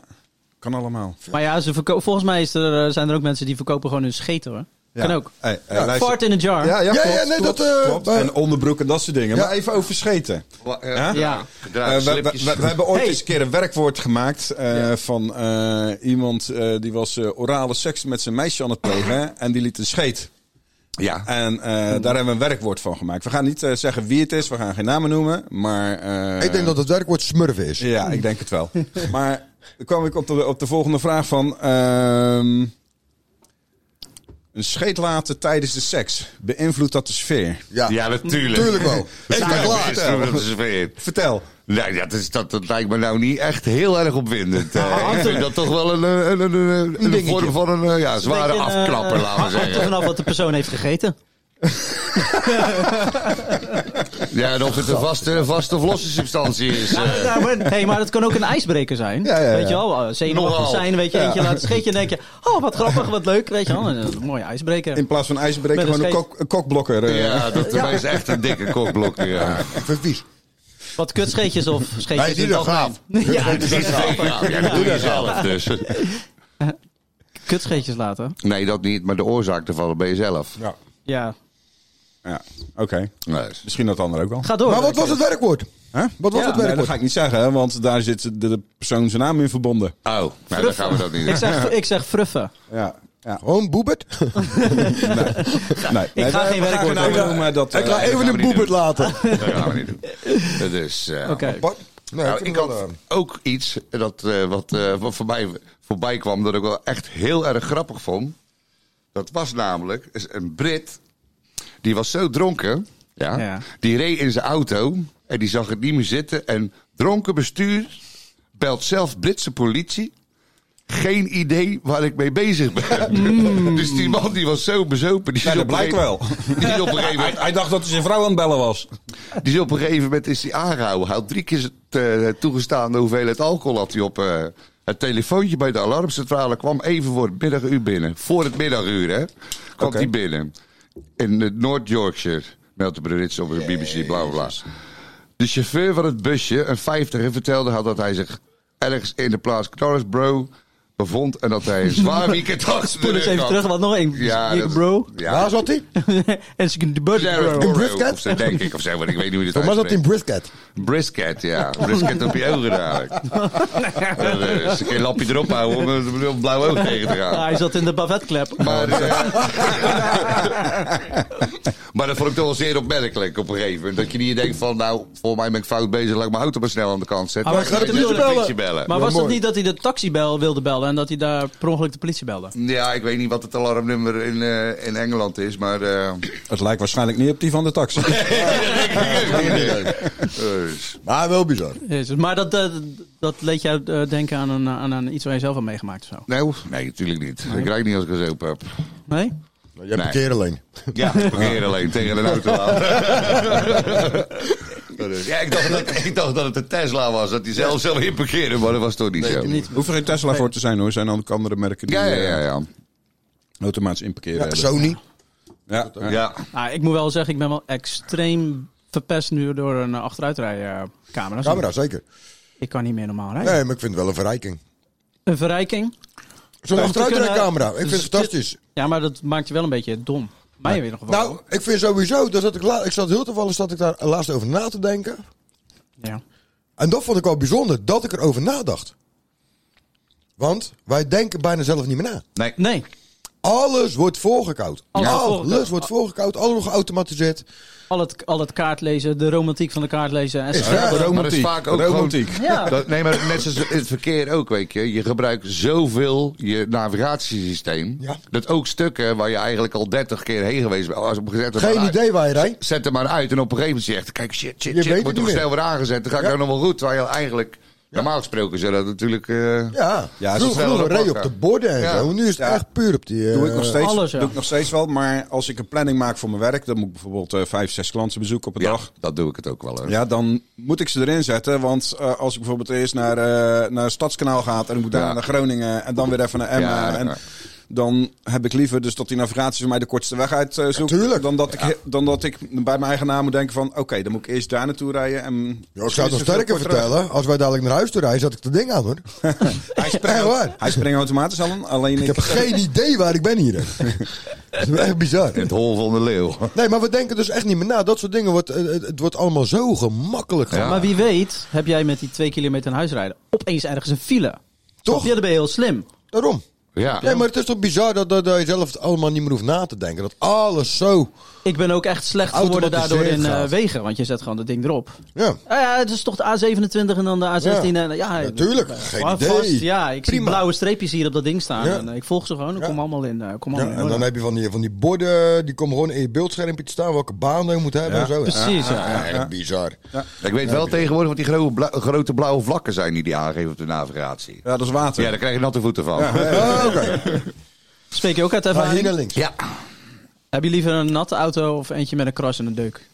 Kan allemaal.
Maar ja, ze verko- volgens mij is er, eh, zijn er ook mensen die verkopen gewoon hun scheten hoor.
Ja.
Kan ook.
Hey, hey, luister.
Fart in a jar.
Ja, ja,
Ja,
klopt,
ja, nee,
klopt,
dat, eh,
klopt.
eh,
En onderbroek en dat soort dingen.
Ja.
Maar even over scheten.
Ja.
Ja.
Eh,
Gedraaid,
we, we-
slipjes.
we- we hebben ooit
Hey.
eens een keer een werkwoord gemaakt eh, van eh, iemand eh, die was eh, orale seks met zijn meisje aan het plegen hè, en die liet een scheet.
Ja.
En eh, daar hebben we een werkwoord van gemaakt. We gaan niet eh, zeggen wie het is, we gaan geen namen noemen, maar... eh,
Ik denk dat het werkwoord smurven is.
Ja, ik denk het wel. maar dan kwam ik op de, op de volgende vraag van... ehm, een scheet laten tijdens de seks, beïnvloedt dat de sfeer?
Ja, natuurlijk.
Tuurlijk wel. Ik ben
Tuurlijk is
klaar.
het dat is weer.
Vertel.
Nee, dat, is, dat, dat lijkt me nou niet echt heel erg opwindend. Eh, ik vind dat toch wel een, eh, een, een, een, een
dingetje.
vorm van een eh, ja, zware
Beetje een,
afklapper,
eh,
laten we
hangt er
zeggen.
vanaf wat de persoon heeft gegeten.
Ja, en of het een vaste, vaste of losse substantie is. eh.
Ja, maar, hey, maar het kan ook een ijsbreker zijn.
Ja, ja, ja.
Weet je wel, eh, zenuwachtig
Nogal.
zijn, weet je, eentje laat scheetje en denk je, oh wat grappig, wat leuk, weet je wel. Een mooie ijsbreker.
In plaats van ijsbreker
Met een
gewoon een,
scheet.
kok, een kokblokker. eh.
ja, dat is echt een dikke kokblok. Ja.
Ik vind het vies.
Wat kutscheetjes of scheetjes
Nee, die
in
is
het
wel
algemeen. Ja, dus
Ja, ja, dat doe je zelf dus.
kutscheetjes laten.
Nee, dat niet, maar de oorzaak ervan ben je zelf.
Ja,
Ja, oké.
Nee, is-
Misschien dat ander ook wel.
ga door.
Maar wat was het werkwoord?
Hè?
Wat was
Ja,
het
nee, dat
werkwoord?
ga ik niet zeggen, hè, want daar zit de, de persoon zijn naam in verbonden.
Oh, nee, dan gaan we dat niet
Ik
doen.
zeg, ik zeg fruffen.
Ja. ja.
Gewoon boebert?
Nee, ik
ga geen werkwoord
namen
zeggen.
noemen. Dat,
Ik ga
eh,
even
gaan we
een
niet
boebert
doen. Nou,
laten.
Dat gaan we niet doen. Dat is... eh,
Oké.
Bart? Nee,
Nou,
ik
ik
vind
had
wel, eh,
ook iets dat, eh, wat, eh, wat voor mij voorbij kwam, dat ik wel echt heel erg grappig vond. Dat was namelijk is een Brit, die was zo dronken, ja,
Ja.
die reed in zijn auto en die zag het niet meer zitten. En dronken bestuur belt zelf Britse politie. Geen idee waar ik mee bezig ben. Dus die man die was zo bezopen. Die
Mm. Nee,
is
dat
op een
blijkt wel.
gegeven- Die is op een gegeven
Hij,
moment
hij dacht dat hij zijn vrouw aan het bellen was.
die is op een gegeven moment is die aangehouden. Hij had drie keer het eh, toegestaande hoeveelheid alcohol had hij op eh, het telefoontje bij de alarmcentrale. Kwam even voor het middaguur binnen. Voor het middaguur, hè? Kwam
Oké.
die binnen. In eh, Noord-Yorkshire, meldt de Brits op de BBC, bla bla bla. De chauffeur van het busje, een vijftiger, vertelde haar dat hij zich ergens in de plaats Knorrisbro bevond. En dat hij een zwaar weekend achter de
Spoel eens
rug
even
had.
terug, want nog één.
Ja,
Hier,
dat-
bro.
Ja,
Waar zat hij?
en ze kunnen de budget,
Jared
bro.
Borro
brisket?
of zo, denk ik of zo, want ik weet niet hoe je
Voor
dat
mij zat hij in brisket.
Brisket, ja. Brisket op je ogen dadelijk. Eh, Eens een keer een lapje erop houden om een- om een blauw oog tegen te
Ah,
gaan.
hij zat in de bavetklep.
Maar, eh, maar dat vond ik toch wel zeer opmerkelijk op een gegeven moment. Dat je niet denkt van, nou, volgens mij ben ik fout bezig, laat ik mijn auto maar snel aan de kant zetten.
Ah, maar ik ga de
je
politie
een
bellen.
beetje bellen.
Maar was het
mooi.
niet dat hij de taxibel wilde bellen en dat hij daar per ongeluk de politie belde?
Ja, ik weet niet wat het alarmnummer in, eh, in Engeland is, maar... eh,
Het lijkt waarschijnlijk niet op die van de taxi.
dus.
Maar wel bizar.
Jezus, maar dat, eh, dat leed jou eh, denken aan, een, aan, aan iets waar je zelf aan meegemaakt of zo?
Nee, hoef- nee, natuurlijk niet. Ik rijd niet als ik een zoop heb.
Nee?
Je hebt
Nee.
een keer alleen.
Ja, ik parkeer alleen tegen een auto aan. ja, ik dacht, dat, ik dacht dat het een Tesla was, dat hij zelf zelf in parkeerde, maar dat was toch niet zo.
Niet.
Hoeft er geen Tesla voor te zijn hoor. Er zijn ook andere merken die
Ja, ja, ja.
eh,
ja.
automatisch inparkeren hebben.
Sony.
Ja, ja.
ja.
Ah, ik moet wel zeggen, ik ben wel extreem verpest nu door een eh, achteruitrijcamera.
Camera, zeker.
Ik kan niet meer normaal rijden.
Nee, maar ik vind het wel een verrijking.
Een verrijking.
Zo'n
Om te
achteruitrijcamera. Ik
kunnen- Dus
vind het fantastisch.
Ja, maar dat maakt je wel een beetje dom. Mij weer nog wel.
Nou, ik vind sowieso, daar zat ik, la- ik zat heel toevallig zat ik daar laatst over na te denken.
Ja.
En dat vond ik wel bijzonder, dat ik erover nadacht. Want wij denken bijna zelf niet meer na.
Nee.
Nee.
Alles wordt voorgekoud.
Alles
Alles,
wordt voorgekoud.
wordt voorgekoud, alles wordt geautomatiseerd.
Al het, al het kaartlezen, de romantiek van de kaartlezen. En zo.
Ja,
Maar dat is
Romantiek.
vaak ook
Romantiek.
gewoon- dat, nee, maar net zoals in het verkeer ook, weet je. Je gebruikt zoveel je navigatiesysteem.
Ja.
Dat ook stukken waar je eigenlijk al 30 keer heen geweest bent. Als op gezet
Geen idee waar je rijdt.
Zet hem maar uit en op een gegeven moment zeg je echt, kijk shit, shit,
Je weet
shit,
het
wordt
niet
toch
meer.
snel weer aangezet. Dan ga ik
Ja.
nou nog wel goed. Terwijl je eigenlijk, normaal gesproken, zou dat natuurlijk... eh,
Ja,
Ja, ze
vroeger,
sneller
vroeger reed je op
pakken.
de borden en
Ja.
zo. Nu is het
Ja.
echt puur op die... eh,
Doe ik nog steeds,
alles, ja.
doe ik nog steeds wel. Maar als ik een planning maak voor mijn werk, dan moet ik bijvoorbeeld eh, vijf, zes klanten bezoeken op een
Ja,
dag.
dat doe ik het ook wel. hoor.
Ja, dan moet ik ze erin zetten. Want eh, als ik bijvoorbeeld eerst naar, eh naar Stadskanaal ga en ik moet daar
Ja.
naar Groningen en dan weer even naar Emmen.
Ja, ja.
en dan heb ik liever dus dat die navigatie voor mij de kortste weg uit eh, zoekt.
tuurlijk.
dan, dat ik, dan dat ik bij mijn eigen naam moet denken van oké, dan moet ik eerst daar naartoe rijden. En
Ja, ik zou het nog sterker vertellen. Als wij dadelijk naar huis toe rijden, zat ik dat ding aan hoor.
Hij springt,
Echt waar.
hij springt automatisch al, alleen ik,
Ik heb geen idee waar ik ben hier. hè. Dat is echt bizar.
Het hol van de leeuw.
Nee, maar we denken dus echt niet meer na. Dat soort dingen, wordt, eh, het, het wordt allemaal zo gemakkelijk.
Ja.
Maar wie weet, heb jij met die twee kilometer naar huis rijden opeens ergens een file?
Toch?
Ja, dan ben je heel slim.
Daarom.
Ja.
Nee, maar het is toch bizar dat, dat, dat je zelf het allemaal niet meer hoeft na te denken. Dat alles zo...
Ik ben ook echt slecht geworden daardoor in eh,
Automatiseerd
wegen, want je zet gewoon dat ding erop.
Ja,
Ah ja, het is toch de A27 en dan de A16.
Ja.
en, ja,
Natuurlijk,
eh,
geen
waar
idee.
Vast, ja, ik zie
Prima.
blauwe streepjes hier op dat ding staan.
Ja.
En, eh, ik volg ze gewoon, ik
Ja.
kom allemaal in. eh, kom
ja,
allemaal in
en dan
orde.
heb je van die, van die borden, die komen gewoon in je beeldschermpje te staan. Welke baan je moet hebben
Ja,
en zo.
Precies, ja.
Ja, echt bizar.
Ik weet wel tegenwoordig wat die gro- bla- grote blauwe vlakken zijn die die aangeven op de navigatie.
Ja, dat is water.
Ja, daar krijg je natte voeten van.
Ah, Oké,
Spreek je ook uit
ga Nou, hier
ervaring?
naar links.
Ja.
Heb je liever een natte auto of eentje met een kras en een deuk?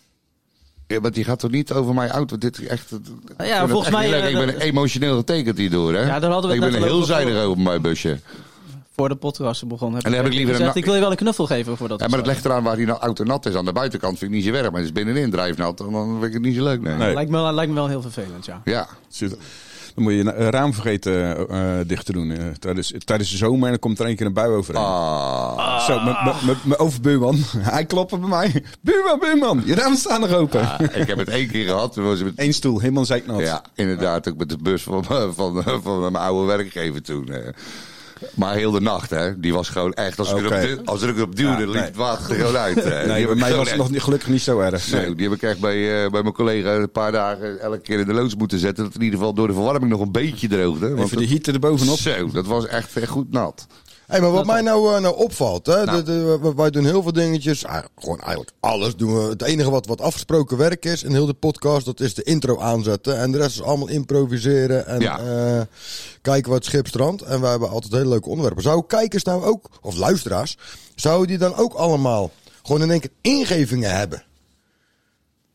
Ja, want die gaat toch niet over mijn auto. Dit is echt.
Ja,
ik vind het
volgens
echt
mij,
niet leuk.
eh,
Ik
dat-
ben emotioneel getekend hierdoor, hè?
Ja, daar hadden we
ik
het
ben
net al
heel
over
zuinig
gehad.
over mijn busje.
Voor de podcast begonnen.
En dan heb ik liever een
gezegd,
na-
ik wil je wel een knuffel geven voor dat.
Ja, maar het
soort.
ligt eraan waar die na- auto nat is. Aan de buitenkant vind ik niet zo erg, maar het is binnenin drijfnat. Dan dan vind ik het niet zo leuk, nee.
Nee.
lijkt, me, wel- lijkt me wel heel vervelend, ja.
Ja.
Zit- Dan moet je een eh, raam vergeten eh, eh, dicht te doen eh, tijdens, tijdens de zomer. En dan komt er één keer een bui overheen.
Ah.
Zo, mijn- mijn- mijn- mijn overbuurman. Hij klopt bij mij. Buurman, buurman, je raam staan nog open.
Ik heb het één keer gehad. Toen was ik met
Eén stoel, helemaal zeiknat.
Ah. Ja, inderdaad. Ook met de bus van, van, van, mijn oude werkgever toen. eh. Maar heel de nacht, hè. Die was gewoon echt... Als ik
Oké.
erop, du- als ik erop duwde,
Ja,
liep
nee.
het water er gewoon uit. hè. Eh, Die heb
Nee,
ik
bij mij
gewoon
was het
echt-
nog niet, gelukkig niet zo erg.
Nee,
Nee.
die heb ik echt bij, eh, bij mijn collega een paar dagen elke keer in de loods moeten zetten. Dat in ieder geval door de verwarming nog een beetje droogde. Want
Even die heater erbovenop.
dat, zo, dat was echt, echt goed nat.
Hey, maar wat mij nou, eh, nou opvalt, hè,
Nou.
de- de- we- wij doen heel veel dingetjes, ah, gewoon eigenlijk alles doen we. Het enige wat, wat afgesproken werk is in heel de podcast, dat is de intro aanzetten. En de rest is allemaal improviseren en
Ja.
eh, kijken wat schip strandt. En wij hebben altijd hele leuke onderwerpen. Zouden kijkers nou ook, of luisteraars, zouden die dan ook allemaal gewoon in één keer ingevingen hebben?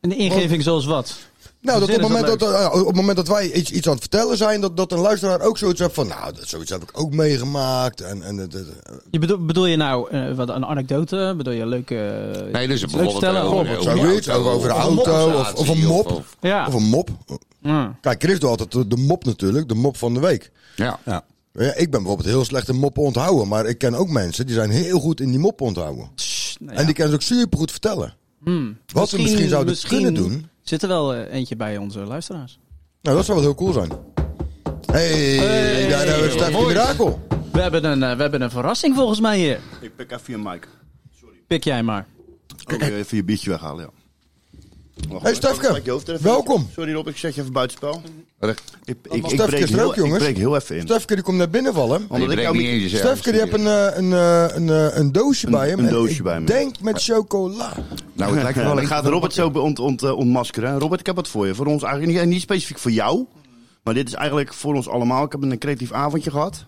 Een ingeving zoals wat?
Nou, dat
zin
op, het
is
moment
dat
dat, eh, op het moment dat wij iets, iets aan het vertellen zijn, dat, dat een luisteraar ook zoiets heeft van, nou, dat, zoiets heb ik ook meegemaakt. En, en, het- het-
Je bedoel, bedoel je nou eh, wat een anekdote? Bedoel je leuke...
Nee, dus
iets
bijvoorbeeld
vertellen?
over-
Bijvoorbeeld.
over-
zoiets,
auto,
over de
of een
auto, of,
mopsituatie,
of een
of-
mop.
of-
Ja.
Of een mop.
Mm.
Kijk, Chris doet altijd de- de mop natuurlijk, de mop van de week.
Ja.
Ja.
Ja, ik ben bijvoorbeeld heel slecht in moppen onthouden, maar ik ken ook mensen die zijn heel goed in die moppen onthouden.
Tss, nou ja. Hmm.
En die kunnen het ook supergoed vertellen. Wat we misschien zouden kunnen doen.
Zit er wel eh, eentje bij onze luisteraars.
Nou, dat zou wel heel cool zijn. Hey,
Hey,
daar hebben we Stefan Mirakel.
We hebben, een, eh, we hebben een verrassing volgens mij hier.
Ik pik even je mic.
Pik jij maar.
Ook eh, even je biertje weghalen, ja. Wacht,
Hey,
ik pak-
Stefke.
pak je hoofdtelefoon.
Welkom.
Sorry Rob, ik zet je even buitenspel.
Recht.
Ik, ik, ik,
Stefke
breek,
is er
heel,
ook, jongens.
ik breek heel even in.
Stefke die komt naar binnen vallen.
Omdat
Je
ik
Oh, breekt
jou
niet
niet-
in je
Stefke die heeft een, eh, een, eh, een, eh, een doosje bij hem.
een
En
doosje
ik
bij me.
denk met chocola.
Nou, het lijkt er wel
Dan
een-
gaat Robert zo ont, ont, eh, ontmaskeren. Robert, ik heb wat voor je. Voor ons eigenlijk niet, niet specifiek voor jou. Maar dit is eigenlijk voor ons allemaal. Ik heb een creatief avondje gehad.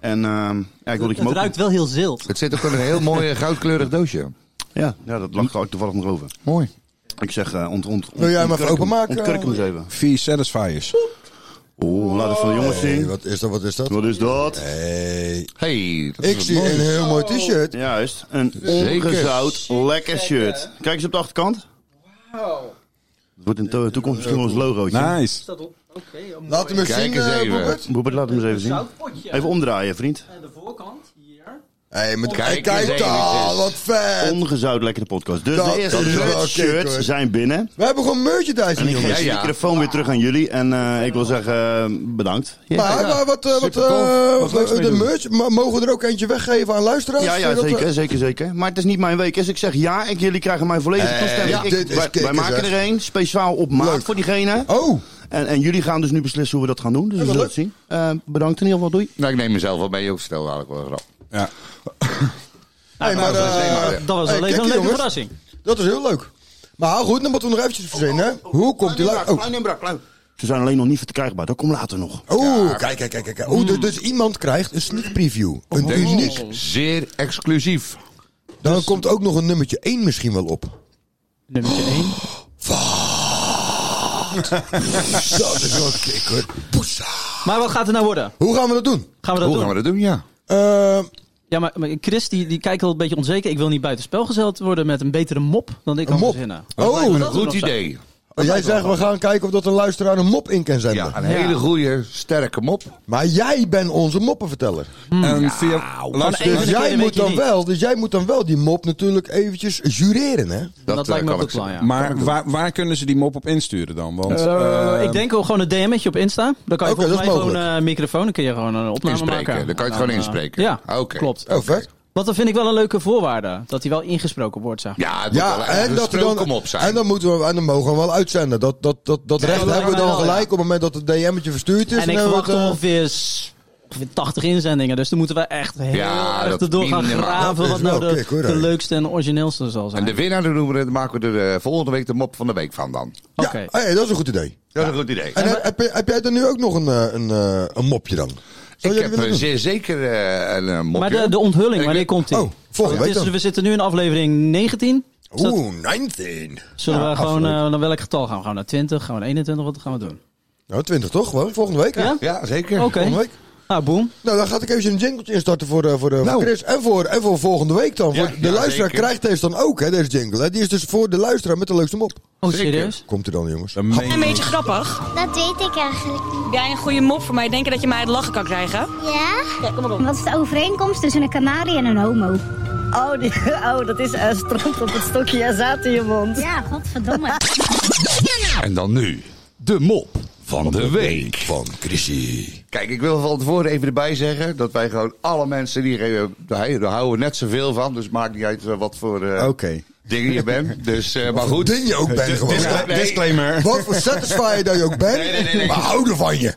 En ehm ja, ik wil dat je hem
Het
ook...
ruikt wel heel zilt.
Het zit ook in een heel mooi eh, goudkleurig doosje.
Ja, ja, dat lag er toevallig nog over.
Mooi.
Ik zeg, eh ont, ont,
Wil jij hem even
ontkurk hem.
openmaken?
Ontkurk hem eens even.
Vier satisfiers.
Oeh, laat even de jongens
Hey,
zien.
wat is dat, wat is dat?
Wat is dat?
Hey,
Hey, dat is
ik
wat
zie
mooi.
een heel
Oh.
mooi t-shirt.
Juist, een ongezout, lekker shirt. Kijk eens op de achterkant. Wauw.
Oh,
Het wordt in de toekomst misschien wel ons logootje.
Nice.
Oké,
Laat hem eens
Kijk
zien,
eens
eh,
even.
Robert.
Boebert, laat hem eens even zien.
zoutpotje.
Even omdraaien, vriend.
Aan de voorkant, hier.
Hey, met
Kijk
kijk,
eens
kijk
even, het
daar,
is-
wat vet.
Ongezout lekkere podcast. Dus
Dat-
de eerste
dat is wel
red
oké,
shirts
hoor.
zijn binnen.
We hebben gewoon merchandise,
En ik
jongens.
geef de
ja.
microfoon weer terug aan jullie. En eh, ik wil zeggen, eh, bedankt.
Maar, maar wat, eh, wat,
Supertof.
eh,
Wat leuks mee
de
doen.
merch, ma- mogen we er ook eentje weggeven aan luisteraars?
Ja, ja
Zodat we-
zeker, zeker, zeker. Maar het is niet mijn week. Dus ik zeg ja, ik, jullie krijgen mijn volledige
Eh,
toestemming.
ja,
Ik-
dit is
wij, wij
kicken,
maken
zeg.
er een, speciaal op maat
Leuk.
voor diegene.
Oh,
En, en jullie gaan dus nu beslissen hoe we dat gaan doen. Dus we
wat
zullen het zien. Eh, bedankt in ieder geval, doei.
Nou, ik neem mezelf wel mee, ook stel dadelijk wel een grap.
hey,
Ja.
Nou,
maar, eh,
Dat was
hey, kijk
een, le- een
hier,
leuke
jongens.
verrassing.
dat is heel leuk. Maar goed, dan moeten we nog eventjes verzinnen. hè. Hoe komt die
Klein
luisteraar?
en
Oh,
brak, klein en brak, klein. Ze zijn alleen nog niet verkrijgbaar. Dat komt later nog.
Oh, kijk, kijk, kijk. kijk. Oh, dus, dus iemand krijgt een sneak preview.
Oh,
Een uniek.
Zeer exclusief.
Oh, Dan
Dus-
komt ook nog een nummertje 1 misschien wel op.
Nummer 1.
Dat is wel een kikker. Poesa.
Maar wat gaat er nou worden?
Hoe gaan we dat doen?
Gaan we dat
Hoe
doen?
gaan we dat doen? Ja.
Eh,
Ja, maar, maar Chris die, die kijkt wel een beetje onzeker. Ik wil niet buitenspel gezeld worden met een betere mop dan ik kan
een mop.
verzinnen.
Oh,
Een
een-
dat
goed
nog zo.
idee.
jij zegt we gaan kijken of dat een luisteraar een mop in kan zenden.
Ja, een hele goede, sterke mop.
Maar jij bent onze moppenverteller.
En Ehm, via... Luister,
Van
Dus
één-
dit.
tweede
jij,
week
moet dan
niet.
wel, dus jij moet dan wel die mop natuurlijk eventjes jureren, hè?
Dat,
Dat,
lijkt
eh,
me ook
kan
een
ik
plan, ja.
maar waar, waar kunnen ze die mop op insturen dan? Want,
Eh,
Ehm,
eh,
ik denk ook gewoon een DM'tje op Insta. Dan kan je
Oké,
volgens
dat
mij
is
gewoon
mogelijk.
eh, een microfoon. Dan kun je gewoon een opname
Inspreken.
maken.
Dan kan je het
En
gewoon
eh,
inspreken.
ja,
Oké.
klopt.
Oh, vet.
Want dat vind ik wel een leuke voorwaarde. Dat hij wel ingesproken wordt, zeg maar.
Ja, het moet wel
Ja,
echt
en dat we
gesproken
dan,
op zijn.
en dan moeten we en dan mogen we wel uitzenden. Dat, dat, dat, dat recht
dat
hebben we
lijkt
dan
mij wel,
gelijk
ja.
op het moment dat het DM'tje verstuurd is.
En
hebben
ik
we
verwacht
het, eh,
ongeveer, s- ongeveer 80 inzendingen. Dus dan moeten we echt heel
Ja,
erg
dat
erdoor gaan
minimaal.
Dat
graven.
is
Wat nou
wel
de,
kick, hoor,
de
hè.
leukste en origineelste zal zijn.
En de winnaar dan doen we, dan maken we er eh, volgende week de mop van de week van dan.
Oké.
ja, hey, dat is een goed idee.
Dat is een goed idee.
En heb, heb, heb jij dan nu ook nog een, eh, een, eh, een mopje dan? Zou
Ik
jij die
heb
willen
eh,
doen?
zeer zeker eh, een eh, mopje.
Maar de, de onthulling, wanneer komt die?
Oh, volgende
Het
week
is-
dan.
we zitten nu in aflevering 19. Is dat-
Oeh, 19.
Zullen we gewoon eh, naar welk getal gaan we? Gaan we naar 20? Gaan we naar 21? Wat gaan we doen?
Nou, 20 toch? Gewoon, volgende week.
Ja?
Ja, zeker.
Oké.
Volgende week.
Nou, boom.
Nou, dan ga ik even een jingletje instarten voor, eh, voor, eh, voor
Nou.
Chris. En voor, en voor volgende week dan.
Ja,
Voor- de
ja,
luisteraar
zeker.
krijgt deze dan ook, hè, deze jingle. Hè. Die is dus voor de luisteraar met de leukste mop.
Oh,
Zeker.
serieus?
Komt er dan, jongens.
dat meen-
Een beetje grappig.
Dat weet ik eigenlijk niet.
Heb jij een goede mop voor mij? Denk je dat je mij het lachen kan krijgen?
Ja? Wat is de overeenkomst tussen een kanarie en een homo?
Oh, oh dat is stront op het stokje zaad in je mond.
Ja, godverdomme.
En dan nu, de mop van de week.
Van Chrissy.
Kijk, ik wil van tevoren even erbij zeggen dat wij gewoon alle mensen die geven, daar daar houden we net zoveel van. Dus maakt niet uit eh, wat voor eh,
Oké.
dingen je bent. Dus, eh, maar goed.
Ding je ook bent gewoon. Dus
discla- Nee.
Disclaimer.
Wat voor satisfier dat je ook bent.
Nee, nee, nee, nee.
We houden van je.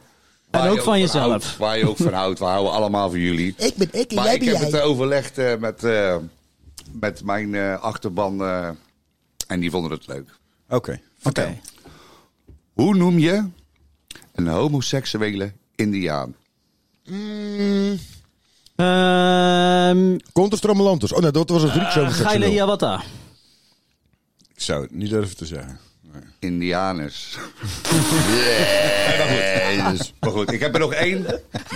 Waar
En
je
ook van jezelf.
houdt, waar je ook van houdt. We houden allemaal van jullie.
Ik ben ik
Maar ik heb het eh, overlegd eh, met, eh, met mijn eh, achterban eh, en die vonden het leuk.
Oké. Vertel.
Oké.
Hoe noem je een homoseksuele indiaan?
Ehm
Ah,
Conterstromelantus. Oh nee, dat was een Grieks
Gaile
homoseksueel.
Iawata.
Ik zou het niet durven te zeggen.
Indianers. Jezus. Maar goed, ik heb er nog één.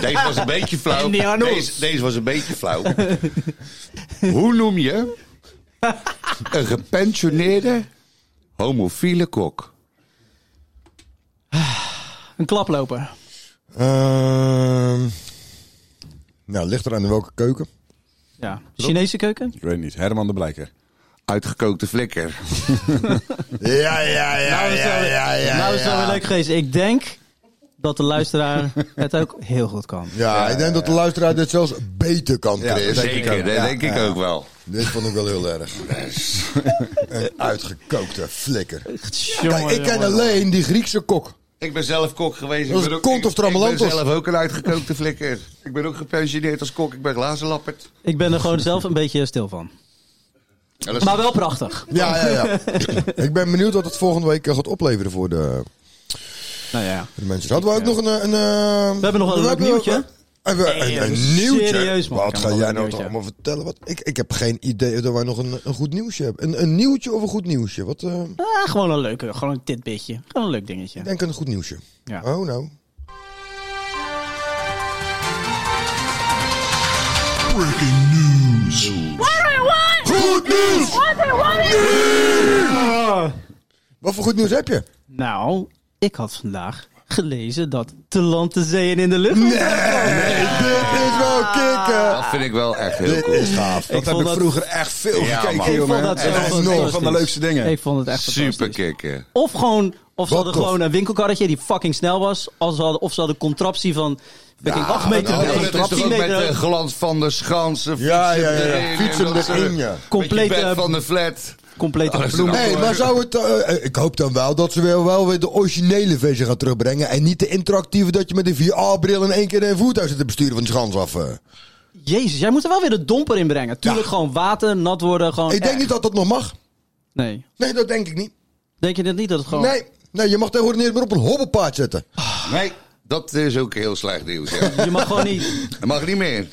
Deze was een beetje flauw.
Indianos.
Deze, deze was een beetje flauw. Hoe noem je een gepensioneerde homofiele kok?
Een klaploper.
Ehm, nou, ligt er aan welke keuken?
Ja. Chinese keuken?
Ik weet niet. Herman de Blijker.
Uitgekookte flikker.
ja, ja, ja.
nou is het wel weer-
ja, ja,
nou is het wel
ja.
weer leuk geweest. Ik denk dat de luisteraar het ook heel goed kan.
Ja, ik denk dat de luisteraar dit zelfs beter kan,
Ja,
Chris.
zeker. Dat
Ja,
denk ik
ja.
ook wel.
Dit vond ik wel heel erg. Een uitgekookte flikker. Kijk,
Jongen,
ik eh, ken
jongen.
alleen die Griekse kok.
Ik ben zelf kok geweest.
Dat is
ik ben ook,
kont of
ik- Ik ben
trammelantos.
zelf ook een uitgekookte flikker. Ik ben ook gepensioneerd als kok. Ik ben glazenlappert.
Ik ben er gewoon zelf een beetje stil van.
Ja, dat is-
Maar wel prachtig.
Ja, ja, ja. ik ben benieuwd wat het volgende week eh, gaat opleveren voor de,
Nou ja.
voor de mensen. Hadden we ook nog een... eh, een we
hebben nog een leuk nieuwtje.
Even
Nee,
een, een
joh,
nieuwtje.
serieus, man. Ik
Wat
heb
ga
nog
jij nou
een
toch
nieuwtje.
allemaal vertellen? Wat? Ik, ik heb geen idee of dat wij nog een, een goed nieuwsje hebben. Een, een nieuwtje of een goed nieuwsje? Wat, eh,
Ah, gewoon een leuke, gewoon een titbitje. Gewoon een leuk dingetje.
Ik denk een goed nieuwsje.
Ja.
Oh, nou. Goed nieuws! Ah. Wat voor goed nieuws heb je?
Nou, ik had vandaag gelezen dat te land, te zee en in de lucht.
Nee, dit is wel kicken.
Dat vind ik wel echt heel
Dit
cool.
is gaaf.
Dat heb
vond
ik
dat-
vroeger echt veel
Ja, man.
gekeken,
Ik
vond
jongen.
dat zo
En dat is nog
fantastisch.
van de leukste dingen.
Ik vond het echt
Super
fantastisch.
kicken.
Of gewoon, of ze hadden
tof.
gewoon een winkelkarretje die fucking snel was. Of ze hadden, of ze hadden contraptie van, fucking 8 meter
Nou,
breed,
dat is toch
10
ook met eh,
meter
de
hoog.
glans van de schansen.
Ja, ja, ja, ja. Fietsen
en dat
erin,
soort-
ja.
Complete,
met je bed
eh,
van de flat.
Complete
Oh, dat is
bloem.
een
Nee, maar zou het. eh, eh, ik hoop dan wel dat ze weer, wel weer de originele versie gaan terugbrengen. En niet de interactieve dat je met een VR-bril in één keer een voertuig zit te besturen van de schans af. eh.
Jezus, jij moet er wel weer de domper in brengen. Tuurlijk
Ja.
gewoon water, nat worden, gewoon
Ik denk
echt.
niet dat dat nog mag.
Nee.
Nee, dat denk ik niet.
Denk je dat niet dat het gewoon...
Nee, nee je mag tegenwoordig niet eens meer op een hobbelpaard zetten.
Nee, dat is ook heel slecht nieuws. Ja.
Dus Je mag gewoon niet...
Dat mag niet meer.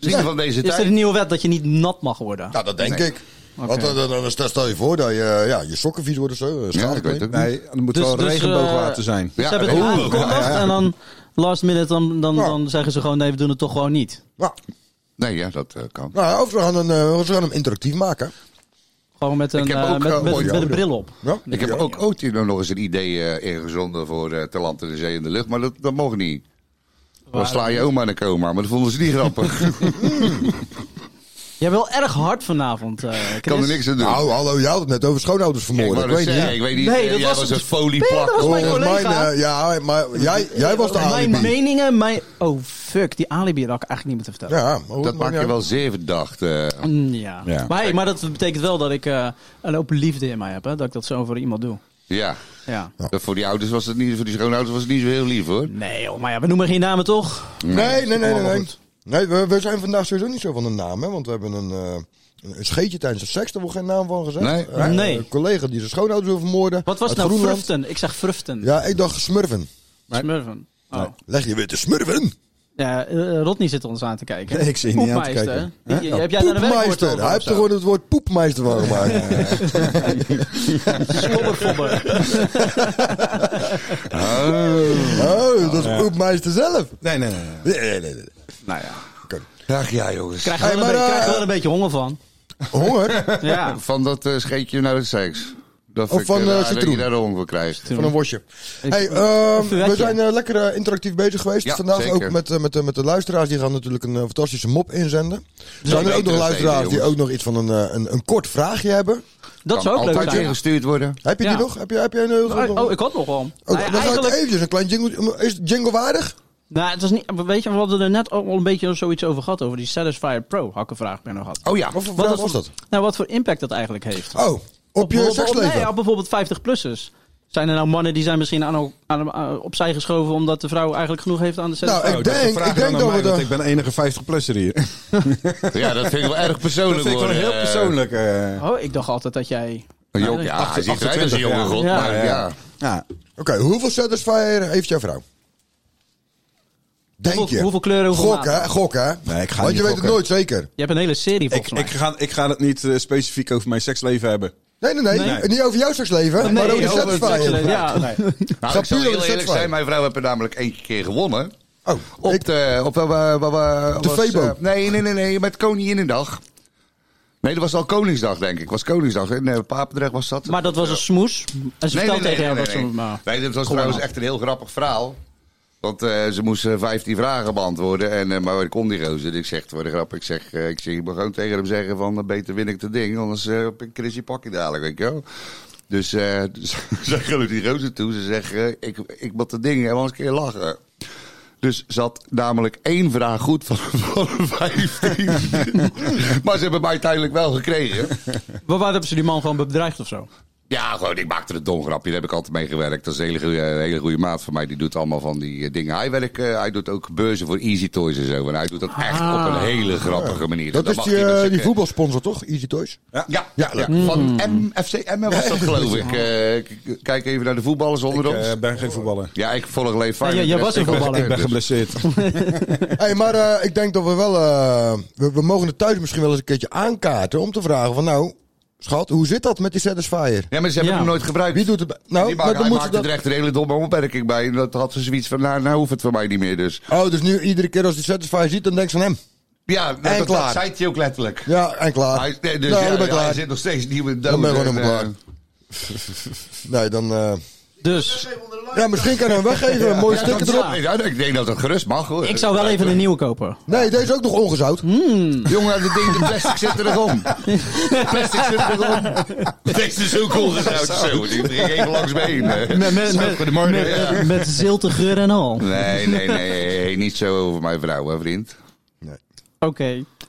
Misschien van deze
Is er
tijd.
een nieuwe wet dat je niet nat mag worden?
Nou, dat denk
Nee.
ik. Want eh, dan, dan, dan stel- stel je voor dat je, eh, ja, je sokken vies worden zo. eh,
Ja, ik weet
schadeclaim.
het ook niet.
Nee, er moet
Dus-
wel
dus, eh,
regenboogwater zijn.
Ze hebben het
oeh,
aangekondigd
ja, ja.
en dan last minute dan, dan,
Ja.
dan zeggen ze gewoon nee, we doen het toch gewoon niet.
Ja.
Nee, ja, dat eh, kan.
Nou, ja, of ze gaan, een, eh, ze gaan hem interactief maken.
Gewoon met een,
heb
eh,
ook,
met,
eh,
met,
ooit-
met een bril op.
Ja?
Ik heb
Ja.
ook ooit hier nog eens een idee eh ingezonden voor eh te land in de zee en de lucht, maar dat, dat mocht niet. Dan sla je oma in de coma, maar dat vonden ze niet grappig. Ik
Jij wil erg hard vanavond, eh Chris.
kan er niks aan doen.
Nou, hallo, jij had het net over schoonouders
ik,
vermoorden.
wou
ik
net
weet
zeggen,
niet.
ik weet niet.
Nee,
eh,
dat
jij
was
was
een-
een
Nee, dat was
folieplak.
mijn
Volgens mij,
collega.
eh, ja, maar jij, jij was de
Mijn
alibi.
meningen, mijn... Oh, fuck, die alibi had ik eigenlijk niet moeten vertellen.
Ja, maar hoe-
Dat maakt je wel zeer verdacht. eh.
Mm, Ja.
Ja.
Maar, hey, maar dat betekent wel dat ik eh, een hoop liefde in mij heb, hè? dat ik dat zo voor iemand doe.
ja,
Ja.
dat voor die ouders was het niet, voor die schoonouders was het niet zo heel lief hoor.
Nee joh, maar ja, we noemen geen namen toch?
Nee, nee, nee, nee.
Allemaal
nee.
goed.
Nee, we, we zijn vandaag sowieso niet zo van de naam, hè? Want we hebben een, eh, een- een scheetje tijdens de seks, daar wordt geen naam van gezegd.
Nee.
Eh,
Nee.
Een collega die zijn schoonouders wil vermoorden.
Wat
uit
was het nou
Groenland.
Fruften? Ik zeg Fruften.
Ja, ik dacht smurven.
Smurfen. Oh.
Leg je weer te smurven?
Ja, eh, Rodney zit ons aan te kijken.
Nee, ik zit niet aan te
Poepmeister,
kijken.
hè?
Hè?
Je-
Ja,
Heb jij daar een werkwoord
Poepmeister.
over
Nou, Hij
of
heeft er
zo?
gewoon het woord poepmeister van gemaakt.
Slobbervobber.
Oh, dat is poepmeister zelf.
Nee, nee, nee. nee.
Nee, nee, nee. nee.
nou ja,
Ach ja, jongens.
krijg je wel,
Hey,
een,
maar,
beetje,
eh,
krijg je wel een beetje honger van.
Honger
Ja.
Van dat eh, scheetje naar de seks. Dat
Of
vind
van,
ik,
eh,
eh, raar Dat
citroen.
je daar honger voor krijgt.
van een worstje. Hey,
Een
ehm, we
verwetje.
zijn eh, lekker eh, interactief bezig geweest.
Ja,
Vandaag
zeker.
ook met, eh, met, de- met de luisteraars. Die gaan natuurlijk een eh, fantastische mop inzenden. Er zijn er ook nog
betere
luisteraars
steden,
die
jongens.
ook nog iets van een, eh, een, een kort vraagje hebben.
Dat zou ook leuk
Altijd
zijn.
ingestuurd worden.
Heb je
Ja.
die nog? Heb je, heb jij een, eh,
Oh, oh, ik had nog wel.
Oh,
Nou ja,
dan ga ik
eigenlijk,
eventjes een klein jingle. Is het jingle waardig?
nou, het is niet, weet je, we hadden er net ook al een beetje zoiets over gehad. Over die Satisfyer Pro, had ik een vraag bij nog gehad.
Oh ja. Wat voor
Wat
vraag
is-
was dat?
Nou, wat voor impact dat eigenlijk heeft.
Oh, op, je
bijvoorbeeld-
seksleven?
Nee, op bijvoorbeeld 50-plussers. Zijn er nou mannen die zijn misschien aan, aan, aan- eh, opzij geschoven omdat de vrouw eigenlijk genoeg heeft aan de
Nou,
Satisfyer?
ik
Oh, dat
denk,
vraag
ik
je dan
denk
aan
dat we
mij, want
de...
Ik ben de enige 50-plusser hier.
Ja, dat vind ik wel erg
Dat
persoonlijk
vind ik wel
worden.
heel
eh.
persoonlijk. eh.
Oh, ik dacht altijd dat jij...
Een
Ja,
jong, ja, hij ziet eruit als een
28,
jonge
ja.
god,
Ja.
maar ja.
Ja,
Oké, hoeveel Satisfyer heeft jouw vrouw? Denk
Hoeveel-
je?
hoeveel kleuren, hoeveel
Gok,
maten?
hè? Gok, hè?
Nee, ik ga
Want
niet
je weet het
gokken.
nooit zeker.
Je hebt een hele serie
Ik,
volgens mij.
ik, ga, ik ga het niet eh, specifiek over mijn seksleven hebben.
Nee, nee, nee.
Nee.
Niet over jouw seksleven,
Nee,
maar over de
oh,
over het
seksvrijen.
seksleven,
Nee.
ja. Nou,
Gaat
ik
puur
zal je
om de
heel eerlijk zijn,
seksvrijen.
mijn vrouw heeft er namelijk één keer gewonnen.
Oh,
op de... Op, eh, wa- wa- wa-
De
was,
Febo.
eh, nee, nee, nee, nee, met Koninginnedag. Nee, dat was al Koningsdag, denk ik. was Koningsdag. In eh, Papendrecht was dat.
Maar dat was een smoes. En ze
Nee,
vertelt
nee,
tegen jou
nee,
dat
nee,
ze...
nee.
maar-
Nee, dat
Kom
was trouwens
maar.
echt een heel grappig verhaal. Want eh, ze moesten 15 vragen beantwoorden. En, eh, maar waar komt die roze? Ik zeg, het voor de grap, ik zeg, eh, ik zeg, ik moet gewoon tegen hem zeggen van, eh, beter win ik dat ding, anders eh, heb ik Chrissy pakje dadelijk, weet je wel. Dus eh ze gaan die roze toe. Ze zeggen, eh, ik, ik moet dat ding, en anders kun je lachen. Dus zat namelijk één vraag goed van, van de 15. maar ze hebben mij uiteindelijk wel gekregen.
Maar eh, waar hebben ze die man gewoon bedreigd of zo?
Ja, gewoon, ik maakte een dom grapje. Daar heb ik altijd mee gewerkt. Dat is een hele goede, een hele goede maat van mij. Die doet allemaal van die eh, dingen. Hij, werkt, eh, hij doet ook beurzen voor Easy Toys en zo. En hij doet dat echt
Ah.
op een hele grappige manier.
Dat
En dan
is
mag
die,
hij met
eh,
zijn,
die
eh,
voetbalsponsor, toch? Easy Toys.
Ja, ja,
leuk.
van
Mm.
MFC MM was dat
Ja.
geloof ik. Eh, k- k- kijk even naar de voetballers onder
Ik,
ons.
eh, ben geen voetballer.
Ja, ik volg alleen Feyenoord.
jij
De dus.
was
rest-
een
ik ben-
voetballer.
Ik ben
geblesseerd.
hey, maar eh, ik denk dat we wel. eh, we, we mogen het thuis misschien wel eens een keertje aankaarten. om te vragen: van nou, schat, hoe zit dat met die Satisfier?
Ja, maar ze hebben hem nooit gebruikt.
Wie doet het? Nou,
die
maar
maakt,
dan
hij
moeten
maakte
ze dat-
er echt een hele domme opmerking bij. En dat had ze zoiets van, nou, nou hoeft het voor mij niet meer dus.
Oh, dus nu iedere keer als die Satisfier ziet, dan denkt ze aan hem.
Ja,
En
dat, dat,
klaar.
zei hij ook letterlijk.
Ja, en klaar.
Hij, nee, dus
Nou,
ja,
dan ben ik
ja, hij
klaar.
zit nog steeds niet met dood.
Dan ben ik gewoon
en,
helemaal
eh,
klaar. Nee, dan. eh,
Dus...
ja, misschien kunnen we hem weggeven. Een mooi
Ja,
sticker
dat-
erop.
ja, ik denk dat dat gerust mag hoor.
Ik zou wel even een nieuwe kopen.
Nee, deze is ook nog ongezout.
Hm?
Jongen, de ding, de plastic zit er nog om. Plastic zit er nog om. Deze is ook ongezout. Zo, die ging even langs me heen. eh.
Met, met,
Zo,
met,
goedemorgen.
met,
ja.
met zilte geur en al. Oké.
Nee, nee, nee. Niet zo over mijn vrouw, hè, vriend.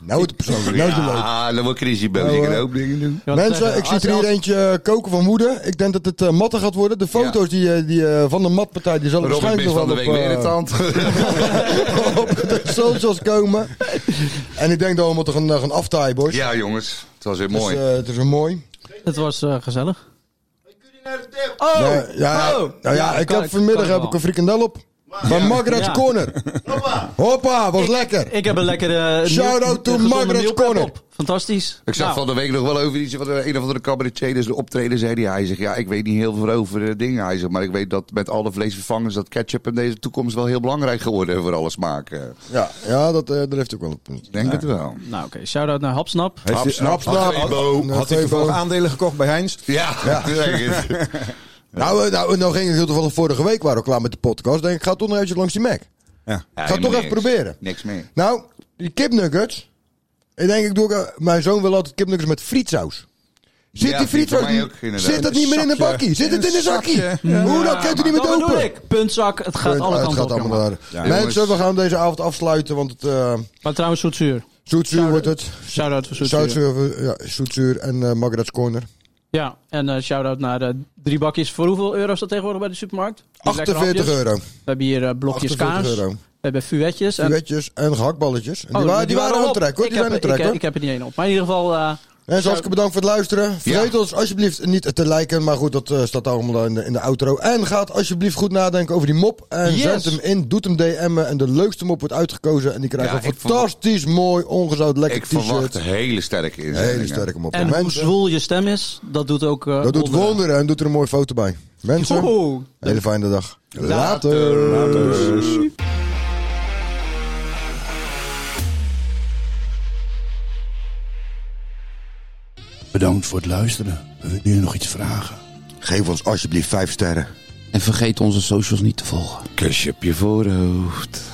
Nou, het persoonlijk. Nou, is het leuk.
Ja, Ah, dan wordt Chrissy boos. Ik
Nou,
kan
eh,
ook dingen doen.
Ja, dat
Mensen,
zeggen,
ik zie
als-
er hier
als-
eentje eh, koken van woede. Ik denk dat het eh, matten gaat worden. De foto's die, eh, die, eh, van de matpartij die zullen
Robin
waarschijnlijk
is
nog wel
van de
op,
week weer in het
eh,
tand.
op de socials komen. En ik denk dat we moeten gaan, eh, gaan aftaaien, boys.
Ja, jongens. Het was weer
Dus,
mooi.
eh, het is een mooi.
Het was eh, gezellig. Oh!
Ja, ja,
oh.
nou ja, ik
kan
heb vanmiddag
kan
heb ik een frikandel op. Van
Ja.
Margaret's
Ja.
Corner. Hoppa. was lekker.
Ik heb een lekkere... eh,
Shout-out to Margaret's Corner.
Fantastisch.
Ik zag
Nou,
van de week nog wel over iets van de, een of andere cabaretier, dus de optreden zei hij. Hij zegt, ja, ik weet niet heel veel over eh, dingen. Hij zegt, maar ik weet dat met alle vleesvervangers dat ketchup in deze toekomst wel heel belangrijk geworden voor alle smaken.
Ja, ja dat, eh daar heeft ook wel een punt.
Ik denk het wel.
Nou oké, shout-out naar Hapsnap.
Heeft hij-
Snap, snap.
Had, had,
Nou,
had hij toevallig aandelen gekocht bij Heinz?
Ja,
Ja.
ik denk het.
Nou, eh, nou, nou ging het heel toevallig vorige week, waren we klaar met de podcast. Denk ik, ga toch nog eventjes langs die Mac.
Ja.
Ik ga het toch
helemaal
even proberen.
Niks meer.
Nou, die kipnuggets. Ik denk, ik doe, ook, eh, mijn zoon wil altijd kipnuggets met frietsaus. Zit die
Ja, die voor
frietsaus
mij
niet-
ook inderdaad.
Zit dat
In een
niet meer in een
zakje.
bakkie? Zit
In
het in
een
een zakje?
zakje.
Hoe dan? Kunt u niet
Nou, Dat
meer
bedoel
open? Ah,
ik. Puntzak, het gaat alle
het
kanten
gaat
op.
allemaal
jongen.
naar-
Ja,
Mensen,
jongens.
we gaan deze avond afsluiten, want het eh
Maar trouwens, zoetzuur.
zoetzuur wordt het.
Shout-out voor zoetzuur.
Zoutzuur, ja, zoetzuur en eh Margaret's Corner.
Ja, en eh shout-out naar eh, drie bakjes. Voor hoeveel euro is dat tegenwoordig bij de supermarkt? Die lekkere
48
hapjes.
euro.
We hebben hier eh, blokjes
48
kaas.
euro.
We hebben fuetjes. En...
Duetjes en gehaktballetjes. En
Oh,
die, waren, die waren aan het
op.
trek hoor.
Ik
Die zijn aan
heb-
het trek
ik,
hoor.
ik heb er niet één op. Maar in ieder geval... eh,
Mensen, hartstikke bedankt voor het luisteren. Vergeet
Ja.
ons alsjeblieft niet te liken. Maar goed, dat eh, staat allemaal in de, in de outro. En gaat alsjeblieft goed nadenken over die mop. En
Yes.
zend hem in. Doet hem DM'en. En de leukste mop wordt uitgekozen. En die krijgt
Ja,
een
ik
fantastisch mooi, ongezout, lekker
Ik verwacht
t-shirt.
hele sterke inzendingen.
eh, Hele sterke mop.
en hoe
Mensen,
zwoel je stem is, dat doet ook... eh,
dat doet wonderen. En doet er een mooie foto bij. Mensen,
Joho.
hele fijne dag.
Later.
Later.
Bedankt voor het luisteren. Wil je nog iets vragen?
Geef ons alsjeblieft vijf sterren.
En vergeet onze socials niet te volgen.
Kusje op je voorhoofd.